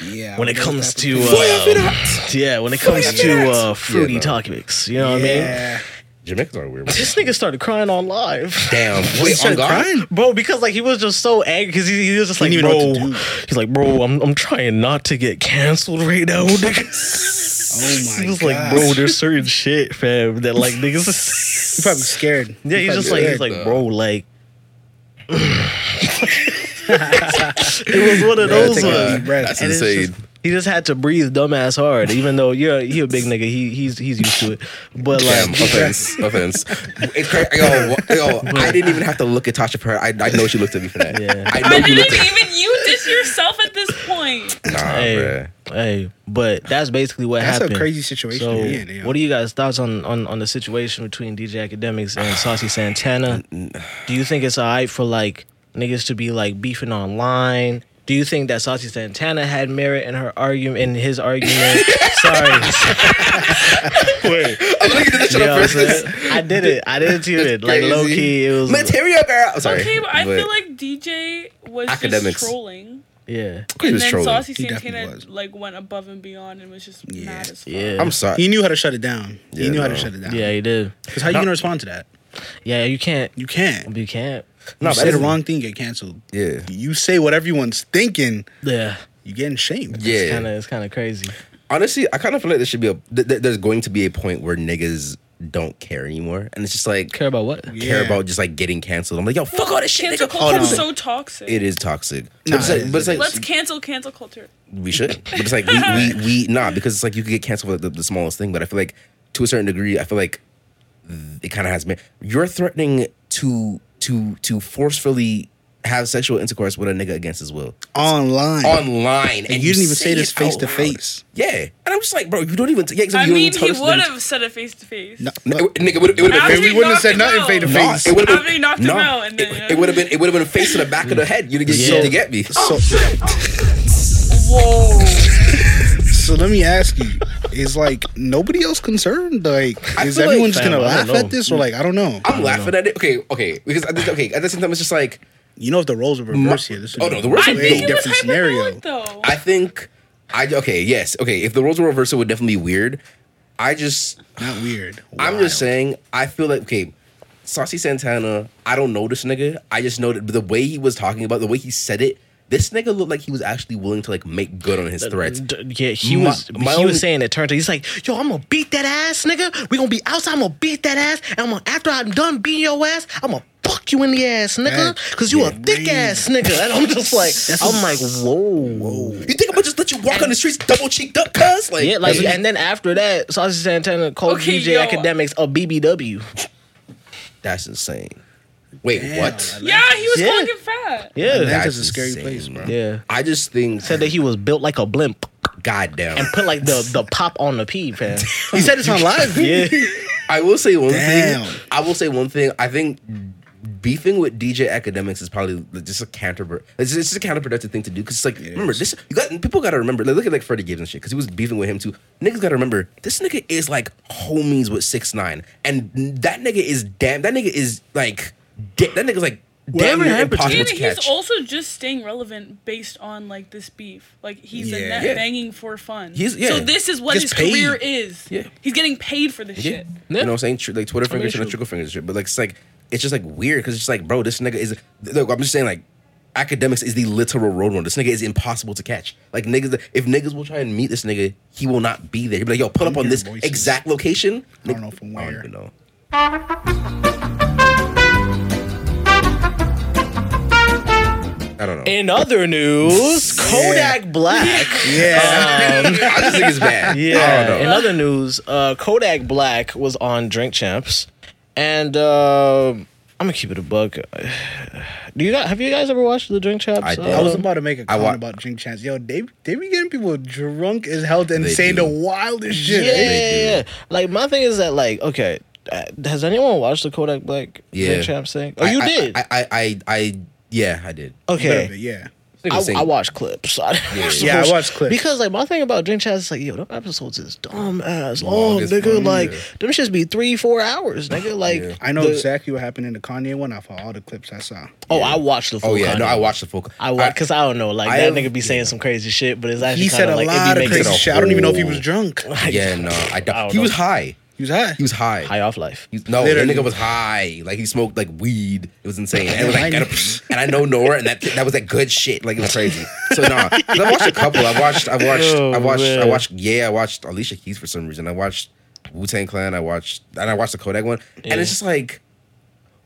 Speaker 3: Yeah.
Speaker 1: when it
Speaker 3: that's
Speaker 1: comes
Speaker 3: happened.
Speaker 1: to
Speaker 2: Fire it
Speaker 1: um, yeah, when it comes to
Speaker 2: it.
Speaker 1: uh, fruity
Speaker 2: Yeah, no.
Speaker 1: topics. You know what I mean?
Speaker 3: Yeah.
Speaker 2: Jamaicans are weird.
Speaker 1: This nigga started crying on live.
Speaker 2: Damn. Wait, on
Speaker 3: started
Speaker 2: God?
Speaker 3: crying?
Speaker 1: Bro, because like he was just so angry because he, he was just like,
Speaker 3: He didn't
Speaker 1: bro,
Speaker 3: even know what to
Speaker 1: he's like, bro, I'm I'm trying not to get canceled right now, nigga.
Speaker 3: Oh my
Speaker 1: he was
Speaker 3: god.
Speaker 1: like, bro, there's certain shit, fam, that like niggas.
Speaker 3: He probably scared.
Speaker 1: Yeah, he's just like he's like, bro, like. it was one of those
Speaker 3: take a
Speaker 1: ones.
Speaker 3: deep breath.
Speaker 2: That's
Speaker 1: And it's just-
Speaker 2: insane.
Speaker 1: he just had to breathe dumbass hard, even though you're he a big nigga. He he's he's used to it. But
Speaker 2: Damn,
Speaker 1: like,
Speaker 2: offense, offense. It's cra- yo, wha- yo, I didn't even have to look at Tasha Perry. I, I know she looked at me for that.
Speaker 1: Yeah.
Speaker 2: I
Speaker 4: I
Speaker 2: know you
Speaker 4: didn't
Speaker 2: looked at
Speaker 4: even you dish yourself at this point.
Speaker 2: Nah,
Speaker 1: hey,
Speaker 2: bruh.
Speaker 1: hey, but that's basically what
Speaker 3: That's a
Speaker 1: happened.
Speaker 3: crazy situation
Speaker 1: So,
Speaker 3: to be in, yeah.
Speaker 1: what are you guys' thoughts on, on on the situation between DJ Academics and Saucy Santana? Do you think it's alright for like niggas to be like beefing online? Do you think that Saucy Santana had merit in her argument in his argument? Sorry. Wait.
Speaker 2: I'm looking at this
Speaker 1: You
Speaker 2: shit
Speaker 1: know
Speaker 2: on
Speaker 1: what I'm
Speaker 2: purpose.
Speaker 1: saying? I did it. I did it to it. Like low
Speaker 2: Crazy.
Speaker 1: key, it was
Speaker 2: material girl. I'm sorry.
Speaker 4: Okay, but I feel like DJ was
Speaker 2: Academics.
Speaker 4: just trolling.
Speaker 1: yeah.
Speaker 2: he
Speaker 4: And
Speaker 2: was
Speaker 4: then
Speaker 2: trolling.
Speaker 4: Saucy
Speaker 3: He definitely
Speaker 4: Santana
Speaker 3: was.
Speaker 4: like went above and beyond and was just
Speaker 3: Yeah.
Speaker 4: mad as fuck.
Speaker 1: Yeah.
Speaker 2: I'm sorry.
Speaker 3: He knew how to shut it down.
Speaker 2: Yeah,
Speaker 3: he knew how to
Speaker 2: no.
Speaker 3: shut it down.
Speaker 1: yeah, he did.
Speaker 3: Because how you gonna respond to that?
Speaker 1: Yeah, you can't.
Speaker 3: You can't.
Speaker 1: You can't.
Speaker 2: No,
Speaker 3: you
Speaker 2: but
Speaker 3: say the
Speaker 2: that's-
Speaker 3: wrong thing, get canceled.
Speaker 2: Yeah.
Speaker 3: You say what everyone's thinking,
Speaker 1: Yeah.
Speaker 3: you getting shamed.
Speaker 1: It's
Speaker 2: Yeah.
Speaker 1: kind of it's kind of crazy.
Speaker 2: Honestly, I kind of feel like there should be a. Th- th- there's going to be a point where niggas don't care anymore, and it's just like
Speaker 1: Care about what?
Speaker 2: care
Speaker 3: Yeah.
Speaker 2: about just like getting canceled. I'm like, yo, fuck all this shit.
Speaker 4: Cancel
Speaker 2: Nigga.
Speaker 4: culture
Speaker 2: Hold
Speaker 4: is
Speaker 2: on.
Speaker 4: so toxic.
Speaker 2: It is toxic. but
Speaker 3: Nah,
Speaker 2: it's like, but it's like
Speaker 4: Let's cancel cancel culture.
Speaker 2: we should. But it's like we we, we nah because it's like you could get canceled for the, the smallest thing. But I feel like to a certain degree, I feel like th- it kind of has me. You're threatening to to to forcefully have sexual intercourse with a nigga against his will
Speaker 3: Online.
Speaker 2: online, and
Speaker 3: you didn't even say
Speaker 2: it
Speaker 3: this
Speaker 2: out
Speaker 3: face to
Speaker 2: loud.
Speaker 3: face.
Speaker 2: Yeah, and I'm just like, bro, you don't even. Yeah,
Speaker 4: I
Speaker 2: you
Speaker 4: mean,
Speaker 2: don't even
Speaker 4: he
Speaker 2: tell us
Speaker 4: would
Speaker 2: this-
Speaker 4: have said it face to face.
Speaker 3: No,
Speaker 2: N- It, would- it would have
Speaker 4: After
Speaker 2: been.
Speaker 3: And we wouldn't have
Speaker 4: knocked
Speaker 3: said
Speaker 4: him
Speaker 3: nothing
Speaker 4: out.
Speaker 3: face to
Speaker 2: No,
Speaker 3: face.
Speaker 2: it would have
Speaker 4: After he
Speaker 2: been.
Speaker 4: knocked him
Speaker 2: no,
Speaker 4: out and then-
Speaker 2: it, would have been. It would have been face to the back of the head. You'd have get
Speaker 1: Yeah.
Speaker 2: to get me.
Speaker 3: Mm. So,
Speaker 4: Whoa.
Speaker 3: so let me ask you: Is like nobody else concerned? Like,
Speaker 2: I
Speaker 3: is
Speaker 2: feel
Speaker 3: everyone
Speaker 2: like-
Speaker 3: just gonna
Speaker 1: Fam, I don't
Speaker 3: laugh
Speaker 1: know.
Speaker 3: at this, or like, I don't know?
Speaker 2: I'm laughing at it. Okay, okay, because at this, okay at the same time, it's just like
Speaker 3: You know, if the roles were reversed here, this would
Speaker 2: Oh,
Speaker 3: be
Speaker 2: no, the roles
Speaker 3: a
Speaker 4: I
Speaker 2: would
Speaker 3: way
Speaker 2: be
Speaker 4: think it
Speaker 3: different
Speaker 4: was
Speaker 3: scenario.
Speaker 4: hyperbolic though.
Speaker 2: I think I okay, yes. Okay, if the roles were reversed, it would definitely be weird. I just
Speaker 3: Not weird.
Speaker 2: I'm
Speaker 3: Wild.
Speaker 2: just saying, I feel like okay, Saucy Santana, I don't know this nigga. I just know that the way he was talking about, the way he said it, this nigga looked like he was actually willing to like make good on his threats.
Speaker 1: D- Yeah, he
Speaker 2: My-
Speaker 1: was
Speaker 2: my
Speaker 1: he
Speaker 2: only-
Speaker 1: was saying it turned to he's like, yo, I'm gonna beat that ass, nigga. We gonna be outside, I'm gonna beat that ass, and I'm gonna after I'm done beating your ass, I'm gonna fuck you in the ass, nigga.
Speaker 3: That's
Speaker 1: Cause you a
Speaker 3: yeah,
Speaker 1: thick
Speaker 3: man.
Speaker 1: ass nigga. And I'm just like I'm like, whoa.
Speaker 2: You think I'm gonna just let you walk on the streets double cheeked up, cuz? Like,
Speaker 1: Yeah, like
Speaker 2: that's what
Speaker 1: and then after that, Sausage Santana called
Speaker 4: Okay,
Speaker 1: DJ
Speaker 4: yo.
Speaker 1: Academics a BBW.
Speaker 2: he- that's insane. Wait,
Speaker 3: Damn,
Speaker 2: what?
Speaker 3: like,
Speaker 4: yeah, he was
Speaker 1: Yeah.
Speaker 4: calling him fat.
Speaker 1: Yeah.
Speaker 3: Atlanta's a scary place, bro.
Speaker 1: Yeah.
Speaker 2: I just think
Speaker 1: Said that he was built like a blimp
Speaker 2: goddamn.
Speaker 1: and put like the the pop on the P, fam.
Speaker 3: He said it's on live.
Speaker 1: Yeah.
Speaker 2: I will say one
Speaker 3: Damn.
Speaker 2: thing. I will say one thing. I think beefing with DJ academics is probably just a counter. It's just, it's just a counterproductive thing to do because it's like remember this. You got people got to remember. Like, look at like Freddie Gibbs and shit because he was beefing with him too. Niggas got to remember this nigga is like homies with six nine, and that nigga is damn. That nigga is like da- that nigga's like damn
Speaker 1: Whatever
Speaker 2: near
Speaker 1: happened to
Speaker 2: impossible
Speaker 4: And
Speaker 2: to
Speaker 4: he's
Speaker 2: catch.
Speaker 4: also just staying relevant based on like this beef. Like he's a
Speaker 3: Yeah.
Speaker 4: net
Speaker 2: Yeah.
Speaker 4: banging for fun.
Speaker 2: He's- yeah.
Speaker 4: So this is what
Speaker 3: Gets
Speaker 4: his
Speaker 3: paid.
Speaker 4: career is.
Speaker 2: Yeah.
Speaker 4: He's getting paid for this
Speaker 2: Yeah.
Speaker 4: shit.
Speaker 2: You know what I'm saying? Tr- Like Twitter fingers
Speaker 1: mean,
Speaker 2: and
Speaker 1: true.
Speaker 2: trickle fingers and shit. But like it's like it's just like weird because it's just like, bro, this nigga is look, I'm just saying like academics is the literal road runner. This nigga is impossible to catch. Like niggas if niggas will try and meet this nigga, he will not be there. He'll be like, yo, put up on
Speaker 3: hearing
Speaker 2: this
Speaker 3: voices.
Speaker 2: exact location.
Speaker 3: I don't know from
Speaker 2: I don't
Speaker 3: where.
Speaker 2: even know. I don't know.
Speaker 1: In other news, Kodak Black.
Speaker 3: Yeah.
Speaker 2: I just think it's bad. I
Speaker 1: Yeah.
Speaker 2: don't
Speaker 1: In
Speaker 2: know.
Speaker 1: other news, uh, Kodak Black was on Drink Champs, and uh, I'm gonna keep it a bug. Do you guys, have you guys ever watched the Drink Champs?
Speaker 2: I did.
Speaker 1: uh,
Speaker 3: I was about to make a comment
Speaker 2: wa-
Speaker 3: about drink chance. Yo, they they be getting people drunk as hell and
Speaker 2: They
Speaker 3: saying
Speaker 2: do.
Speaker 3: the wildest
Speaker 1: yeah,
Speaker 3: shit.
Speaker 1: yeah,
Speaker 2: do.
Speaker 1: yeah. Like my thing is that like okay. uh, Has anyone watched the Kodak Black
Speaker 2: Yeah.
Speaker 1: Drink Champs thing? Oh, you
Speaker 2: I- I-
Speaker 1: did. Oh,
Speaker 2: I, I, I, I, yeah, I did.
Speaker 3: A little
Speaker 1: okay.
Speaker 3: bit, yeah.
Speaker 2: Nigga
Speaker 1: I,
Speaker 2: sing.
Speaker 1: I watch clips. I
Speaker 2: Yeah.
Speaker 3: Yeah, I watch clips.
Speaker 1: Because like my thing about Drink Chats is like, yo, them episodes is dumb ass long,
Speaker 2: as
Speaker 1: nigga.
Speaker 2: fuck,
Speaker 1: Like
Speaker 2: yeah.
Speaker 1: them shits be three, four hours, nigga. Like
Speaker 2: Yeah.
Speaker 3: I know
Speaker 1: the-
Speaker 3: exactly what happened in the Kanye one. I for all the clips I saw.
Speaker 1: Oh, I watched the full.
Speaker 2: Oh yeah, no,
Speaker 1: Kanye.
Speaker 2: I watched the full.
Speaker 1: I watch because I don't know. Like
Speaker 2: I
Speaker 1: that
Speaker 2: have-
Speaker 1: nigga be saying some crazy shit, but it's actually
Speaker 3: He said
Speaker 1: kind
Speaker 3: a
Speaker 1: of like
Speaker 3: lot
Speaker 1: it be
Speaker 3: of
Speaker 1: making
Speaker 3: crazy
Speaker 2: it a
Speaker 3: shit. I don't even know if he
Speaker 2: whole-
Speaker 3: was drunk. He
Speaker 2: yeah, no, I,
Speaker 1: don't
Speaker 2: he was
Speaker 1: know.
Speaker 2: high.
Speaker 3: was high.
Speaker 2: He was high.
Speaker 1: high off life.
Speaker 2: He- no, that
Speaker 3: Literally.
Speaker 2: nigga was high. Like he smoked like weed. It was insane. And, it was, like, and, I- and I know Nora, and that that was that good shit. Like it was crazy. So nah, 'Cause I watched a couple. I watched. I watched. I
Speaker 1: Oh,
Speaker 2: watched. I
Speaker 1: man.
Speaker 2: watched. Yeah, I watched Alicia Keys for some reason. I watched Wu Tang Clan. I watched and I watched the Kodak one. And it's just like,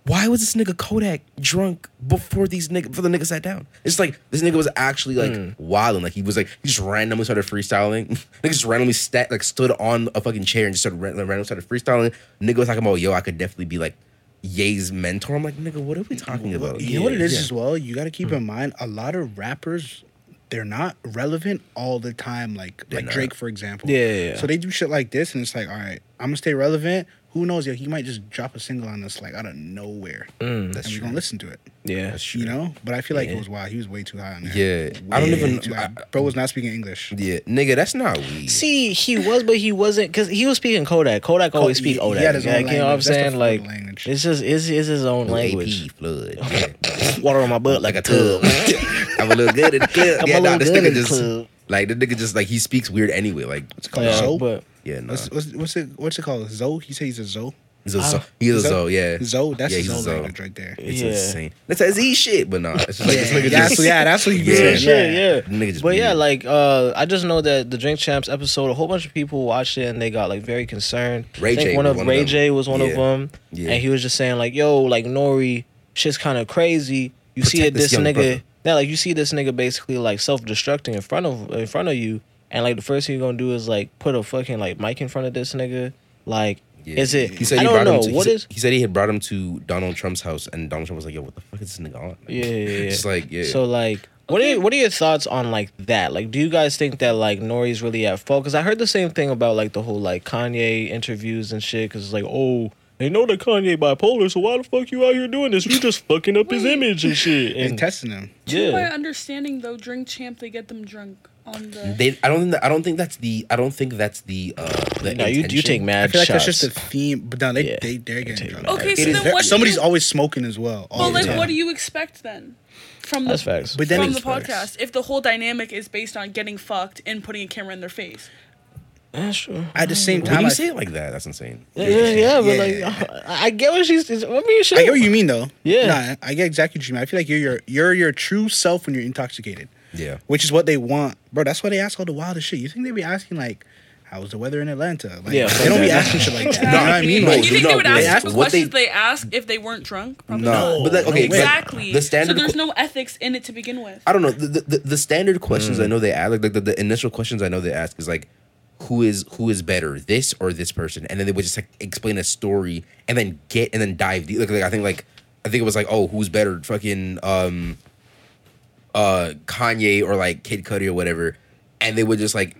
Speaker 2: why was this nigga Kodak drunk before these nigga before the nigga sat down? It's like this nigga was actually like
Speaker 3: Mm.
Speaker 2: wilding. Like he was like he just randomly started freestyling. nigga just randomly stat like stood on a fucking chair and just started ran- like, randomly started freestyling. Nigga was talking about yo, I could definitely be like Ye's mentor. I'm like nigga, what are we talking about?
Speaker 3: You know what it is
Speaker 2: Yeah.
Speaker 3: as well. You got to
Speaker 1: Hmm.
Speaker 3: keep in mind a lot of rappers, they're not relevant all the time. Like like
Speaker 2: not.
Speaker 3: Drake, for example.
Speaker 1: Yeah, yeah, yeah.
Speaker 3: So they do shit like this, and it's like, all right, I'm gonna stay relevant. Who knows? Yo, he might just drop a single on us like out of nowhere,
Speaker 1: Mm,
Speaker 3: Mm. and we're gonna listen to it.
Speaker 1: Yeah.
Speaker 3: You know, but I feel like it was wild. He was way too high on that.
Speaker 2: Yeah, I don't
Speaker 3: Way
Speaker 2: even.
Speaker 3: too
Speaker 2: I-
Speaker 3: high. Bro was not speaking English.
Speaker 2: yeah, nigga, that's not weed.
Speaker 1: See, he was, but he wasn't because he was speaking Kodak. Kodak always
Speaker 3: he-
Speaker 1: speak
Speaker 3: he
Speaker 1: Kodak.
Speaker 3: had his own
Speaker 1: like, you know what I'm
Speaker 3: language. That's the
Speaker 1: saying?
Speaker 3: fucking
Speaker 1: Like
Speaker 3: language.
Speaker 1: it's just it's, it's his own language.
Speaker 2: AP flood. Yeah.
Speaker 1: Water on my butt
Speaker 2: like a tub. I'm a little good in the club.
Speaker 1: Uh-huh. I'm
Speaker 2: yeah,
Speaker 1: a
Speaker 2: nah,
Speaker 1: little
Speaker 2: this
Speaker 1: good
Speaker 2: nigga
Speaker 1: in the
Speaker 2: just
Speaker 1: club.
Speaker 2: like the nigga just like he speaks weird anyway. Like
Speaker 3: It's called
Speaker 1: Yeah,
Speaker 3: Zoe.
Speaker 1: but
Speaker 2: yeah, no,
Speaker 3: What's, what's what's it what's it called? Zoe? He said he's a Zoe.
Speaker 2: he's a zo. He's a
Speaker 3: Zoe?
Speaker 2: zo. Yeah,
Speaker 3: Zoe. That's
Speaker 2: yeah,
Speaker 3: his
Speaker 2: he's a
Speaker 3: own
Speaker 2: zo.
Speaker 3: language right there.
Speaker 2: It's
Speaker 1: Yeah.
Speaker 2: insane. That's that Z shit, but nah. It's just like this
Speaker 3: Yeah,
Speaker 2: nigga
Speaker 3: that's,
Speaker 2: just
Speaker 3: yeah, that's what he
Speaker 2: Yeah.
Speaker 3: meant.
Speaker 1: yeah, yeah.
Speaker 2: Nigga just
Speaker 1: but yeah,
Speaker 2: weird.
Speaker 1: like uh, I just know that the Drink Champs episode, a whole bunch of people watched it and they got like very concerned.
Speaker 2: Ray
Speaker 1: I think
Speaker 2: J
Speaker 1: one
Speaker 2: was
Speaker 1: of
Speaker 2: one of
Speaker 1: Ray
Speaker 2: them.
Speaker 1: J was one of
Speaker 2: Yeah.
Speaker 1: them,
Speaker 2: Yeah.
Speaker 1: and he was just saying like, "Yo, like Nori, shit's kind of crazy. You see
Speaker 2: Protect
Speaker 1: it,
Speaker 2: this
Speaker 1: this
Speaker 2: young brother.
Speaker 1: nigga, now like you see this nigga basically like self destructing in front of in front of you, and like the first thing you're gonna do is like put a fucking like mic in front of this nigga. Like,
Speaker 2: Yeah.
Speaker 1: is it?
Speaker 2: He said
Speaker 1: I
Speaker 2: he
Speaker 1: don't
Speaker 2: brought
Speaker 1: know
Speaker 2: him to,
Speaker 1: what
Speaker 2: he,
Speaker 1: is.
Speaker 2: said, he said he had brought him to Donald Trump's house, and Donald Trump was like, "Yo, what the fuck is this nigga on?"
Speaker 1: Yeah, yeah, yeah.
Speaker 2: Just like yeah.
Speaker 1: So like, what are what are your thoughts on like that? Like, do you guys think that like Nori's really at fault? Because I heard the same thing about like the whole like Kanye interviews and shit. Because it's like, oh, they know that Kanye bipolar, so why the fuck you out here doing this? You just fucking up his
Speaker 4: Wait.
Speaker 1: image and shit.
Speaker 3: He's
Speaker 1: And
Speaker 3: testing him.
Speaker 4: To my
Speaker 1: yeah,
Speaker 4: understanding, though, drink champ, they get them drunk on the.
Speaker 2: they, I don't think that, I don't think that's the I don't think that's the uh the
Speaker 1: no, you you
Speaker 2: intention.
Speaker 1: take mad
Speaker 3: I feel like
Speaker 1: shots.
Speaker 3: that's just a theme, but no, they,
Speaker 1: Yeah.
Speaker 3: they they're getting drunk.
Speaker 4: okay,
Speaker 2: It
Speaker 4: so
Speaker 2: is
Speaker 4: then
Speaker 2: very-
Speaker 4: what? do
Speaker 3: Somebody's
Speaker 4: you,
Speaker 3: always smoking as well.
Speaker 4: Well,
Speaker 3: all the
Speaker 4: like,
Speaker 3: time.
Speaker 4: what do you expect then? From the
Speaker 1: That's facts.
Speaker 3: But then
Speaker 4: from the
Speaker 3: it's
Speaker 4: podcast, if the whole dynamic is based on getting fucked and putting a camera in their face,
Speaker 1: That's true.
Speaker 3: At the same
Speaker 2: When
Speaker 3: time,
Speaker 2: you
Speaker 3: I,
Speaker 2: say it like that, that's insane.
Speaker 1: Yeah, yeah, yeah, but
Speaker 3: Yeah.
Speaker 1: like, I, I get what she's. I mean, shit.
Speaker 3: I get what you mean though.
Speaker 1: Yeah.
Speaker 3: nah, I get exactly what you mean. I feel like you're your you're your true self when you're intoxicated.
Speaker 2: Yeah.
Speaker 3: which is what they want, bro. That's why they ask all the wildest shit. You think they be asking like, "How's the weather in Atlanta?" Like,
Speaker 1: Yeah,
Speaker 3: they don't be
Speaker 1: fuck that.
Speaker 3: asking shit like that. You know what I mean?
Speaker 2: No,
Speaker 4: Like,
Speaker 3: Like,
Speaker 4: you think
Speaker 2: no,
Speaker 4: they would
Speaker 2: they
Speaker 4: ask
Speaker 2: ask-
Speaker 4: the
Speaker 2: what they-
Speaker 4: questions they, ask if they weren't drunk? Probably
Speaker 2: No,
Speaker 4: not.
Speaker 2: but like okay,
Speaker 3: no way.
Speaker 4: exactly.
Speaker 2: The standard.
Speaker 4: so there's
Speaker 2: que-
Speaker 4: no ethics in it to begin with.
Speaker 2: I don't know. The, the, the standard questions I
Speaker 1: Mm.
Speaker 2: know they ask, like, like the, the initial questions I know they ask is like, who is who is better, this or this person? And then they would just like explain a story and then get and then dive deep. Like, like I think like I think it was like, oh, who's better, fucking um, uh, Kanye or like Kid Cudi or whatever. And they would just like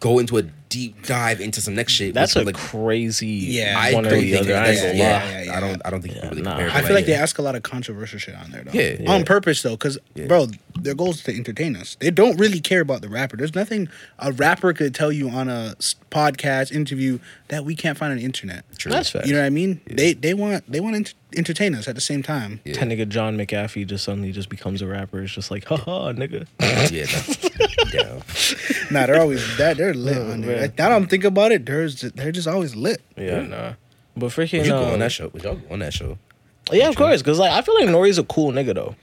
Speaker 2: go into a deep dive into some next shit.
Speaker 1: That's
Speaker 2: which
Speaker 1: a
Speaker 2: would, like
Speaker 1: crazy.
Speaker 3: Yeah.
Speaker 2: I
Speaker 1: one
Speaker 2: don't
Speaker 1: or the
Speaker 2: think
Speaker 1: other. I ain't
Speaker 2: that's-
Speaker 1: gonna
Speaker 2: yeah,
Speaker 1: lie.
Speaker 2: yeah, yeah. I don't I don't think you can really
Speaker 1: nah.
Speaker 2: compare.
Speaker 1: I
Speaker 3: I feel like they
Speaker 2: yeah.
Speaker 3: ask a lot of controversial shit on there though.
Speaker 2: Yeah, yeah.
Speaker 3: On purpose though, because
Speaker 2: Yeah.
Speaker 3: bro, their goal is to entertain us. They don't really care about the rapper. There's nothing a rapper could tell you on a s- podcast interview that we can't find on the internet. True.
Speaker 1: That's facts.
Speaker 3: You know what I mean? They they want they want to ent- entertain us at the same time.
Speaker 2: Yeah.
Speaker 1: That nigga John McAfee just suddenly just becomes a rapper. It's just like, haha, nigga.
Speaker 2: Yeah, that's, yeah.
Speaker 3: Nah, they're always that they're lit
Speaker 1: Oh,
Speaker 3: on there.
Speaker 1: man.
Speaker 3: Like, now that I'm thinking about it, they're just, they're just always lit.
Speaker 1: Yeah, nah. But freaking,
Speaker 2: Would you
Speaker 1: uh,
Speaker 2: go on that show? Would y'all go on that show?
Speaker 1: yeah, of course, because like I feel like Nori's a cool nigga though.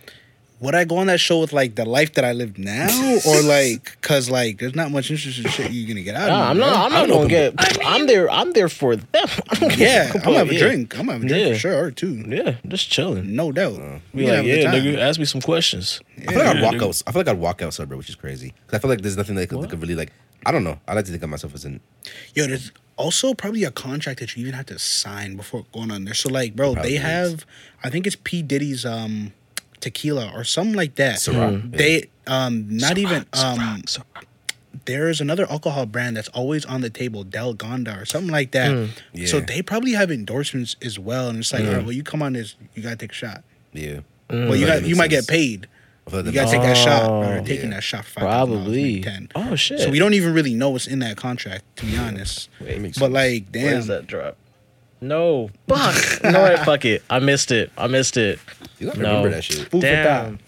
Speaker 3: Would I go on that show with like the life that I live now, or like because like there's not much interesting shit you're gonna get out
Speaker 1: Nah,
Speaker 3: of?
Speaker 1: I'm
Speaker 3: it, bro.
Speaker 1: not. I'm not
Speaker 2: I'm
Speaker 1: gonna
Speaker 2: open
Speaker 1: get.
Speaker 4: book. I
Speaker 1: I'm
Speaker 4: mean-
Speaker 1: there. I'm there for them. I don't give
Speaker 3: Yeah, I'm
Speaker 1: fuck
Speaker 3: gonna have a
Speaker 1: yeah.
Speaker 3: drink. I'm gonna have a drink
Speaker 1: Yeah.
Speaker 3: for sure, or two.
Speaker 1: Yeah, just chilling.
Speaker 3: No doubt.
Speaker 2: Uh,
Speaker 1: Be
Speaker 3: We can
Speaker 1: like,
Speaker 3: have a good
Speaker 1: yeah,
Speaker 3: time.
Speaker 1: nigga, ask me some questions.
Speaker 2: I feel like I'd
Speaker 1: Yeah,
Speaker 2: walk
Speaker 1: dude.
Speaker 2: out. I feel like I'd walk out sober, which is crazy. 'Cause I feel like there's nothing that could, that could really like. I don't know. I like to think of myself as an.
Speaker 3: Yo, there's also probably a contract that you even have to sign before going on there. So like, bro,
Speaker 2: Probably
Speaker 3: they
Speaker 2: is.
Speaker 3: have, I think it's P Diddy's um tequila or something like that.
Speaker 2: Ciroc, yeah.
Speaker 3: They um not even um
Speaker 1: So-
Speaker 3: there is another alcohol brand that's always on the table, Delgonda or something like that. So
Speaker 2: Yeah.
Speaker 3: they probably have endorsements as Hmm. well. And it's like, all right, well, you come on this, you gotta take a shot.
Speaker 2: Yeah.
Speaker 3: Well, you
Speaker 1: Mm.
Speaker 2: That
Speaker 3: got,
Speaker 2: makes
Speaker 3: you might get
Speaker 2: sense.
Speaker 3: paid.
Speaker 2: for the
Speaker 3: You gotta take that shot.
Speaker 1: Oh.
Speaker 3: Bro. They're taking that shot for $5,000,
Speaker 1: Probably.
Speaker 3: maybe ten.
Speaker 1: Oh shit.
Speaker 3: So we don't even really know what's in that contract, to be honest.
Speaker 1: Wait,
Speaker 3: But like,
Speaker 1: Where
Speaker 3: damn,
Speaker 1: is that drop? No. Fuck. no, fuck it. I missed it. I missed it.
Speaker 2: You gotta
Speaker 1: No.
Speaker 2: remember that shit.
Speaker 3: food for
Speaker 1: Damn.
Speaker 3: thought.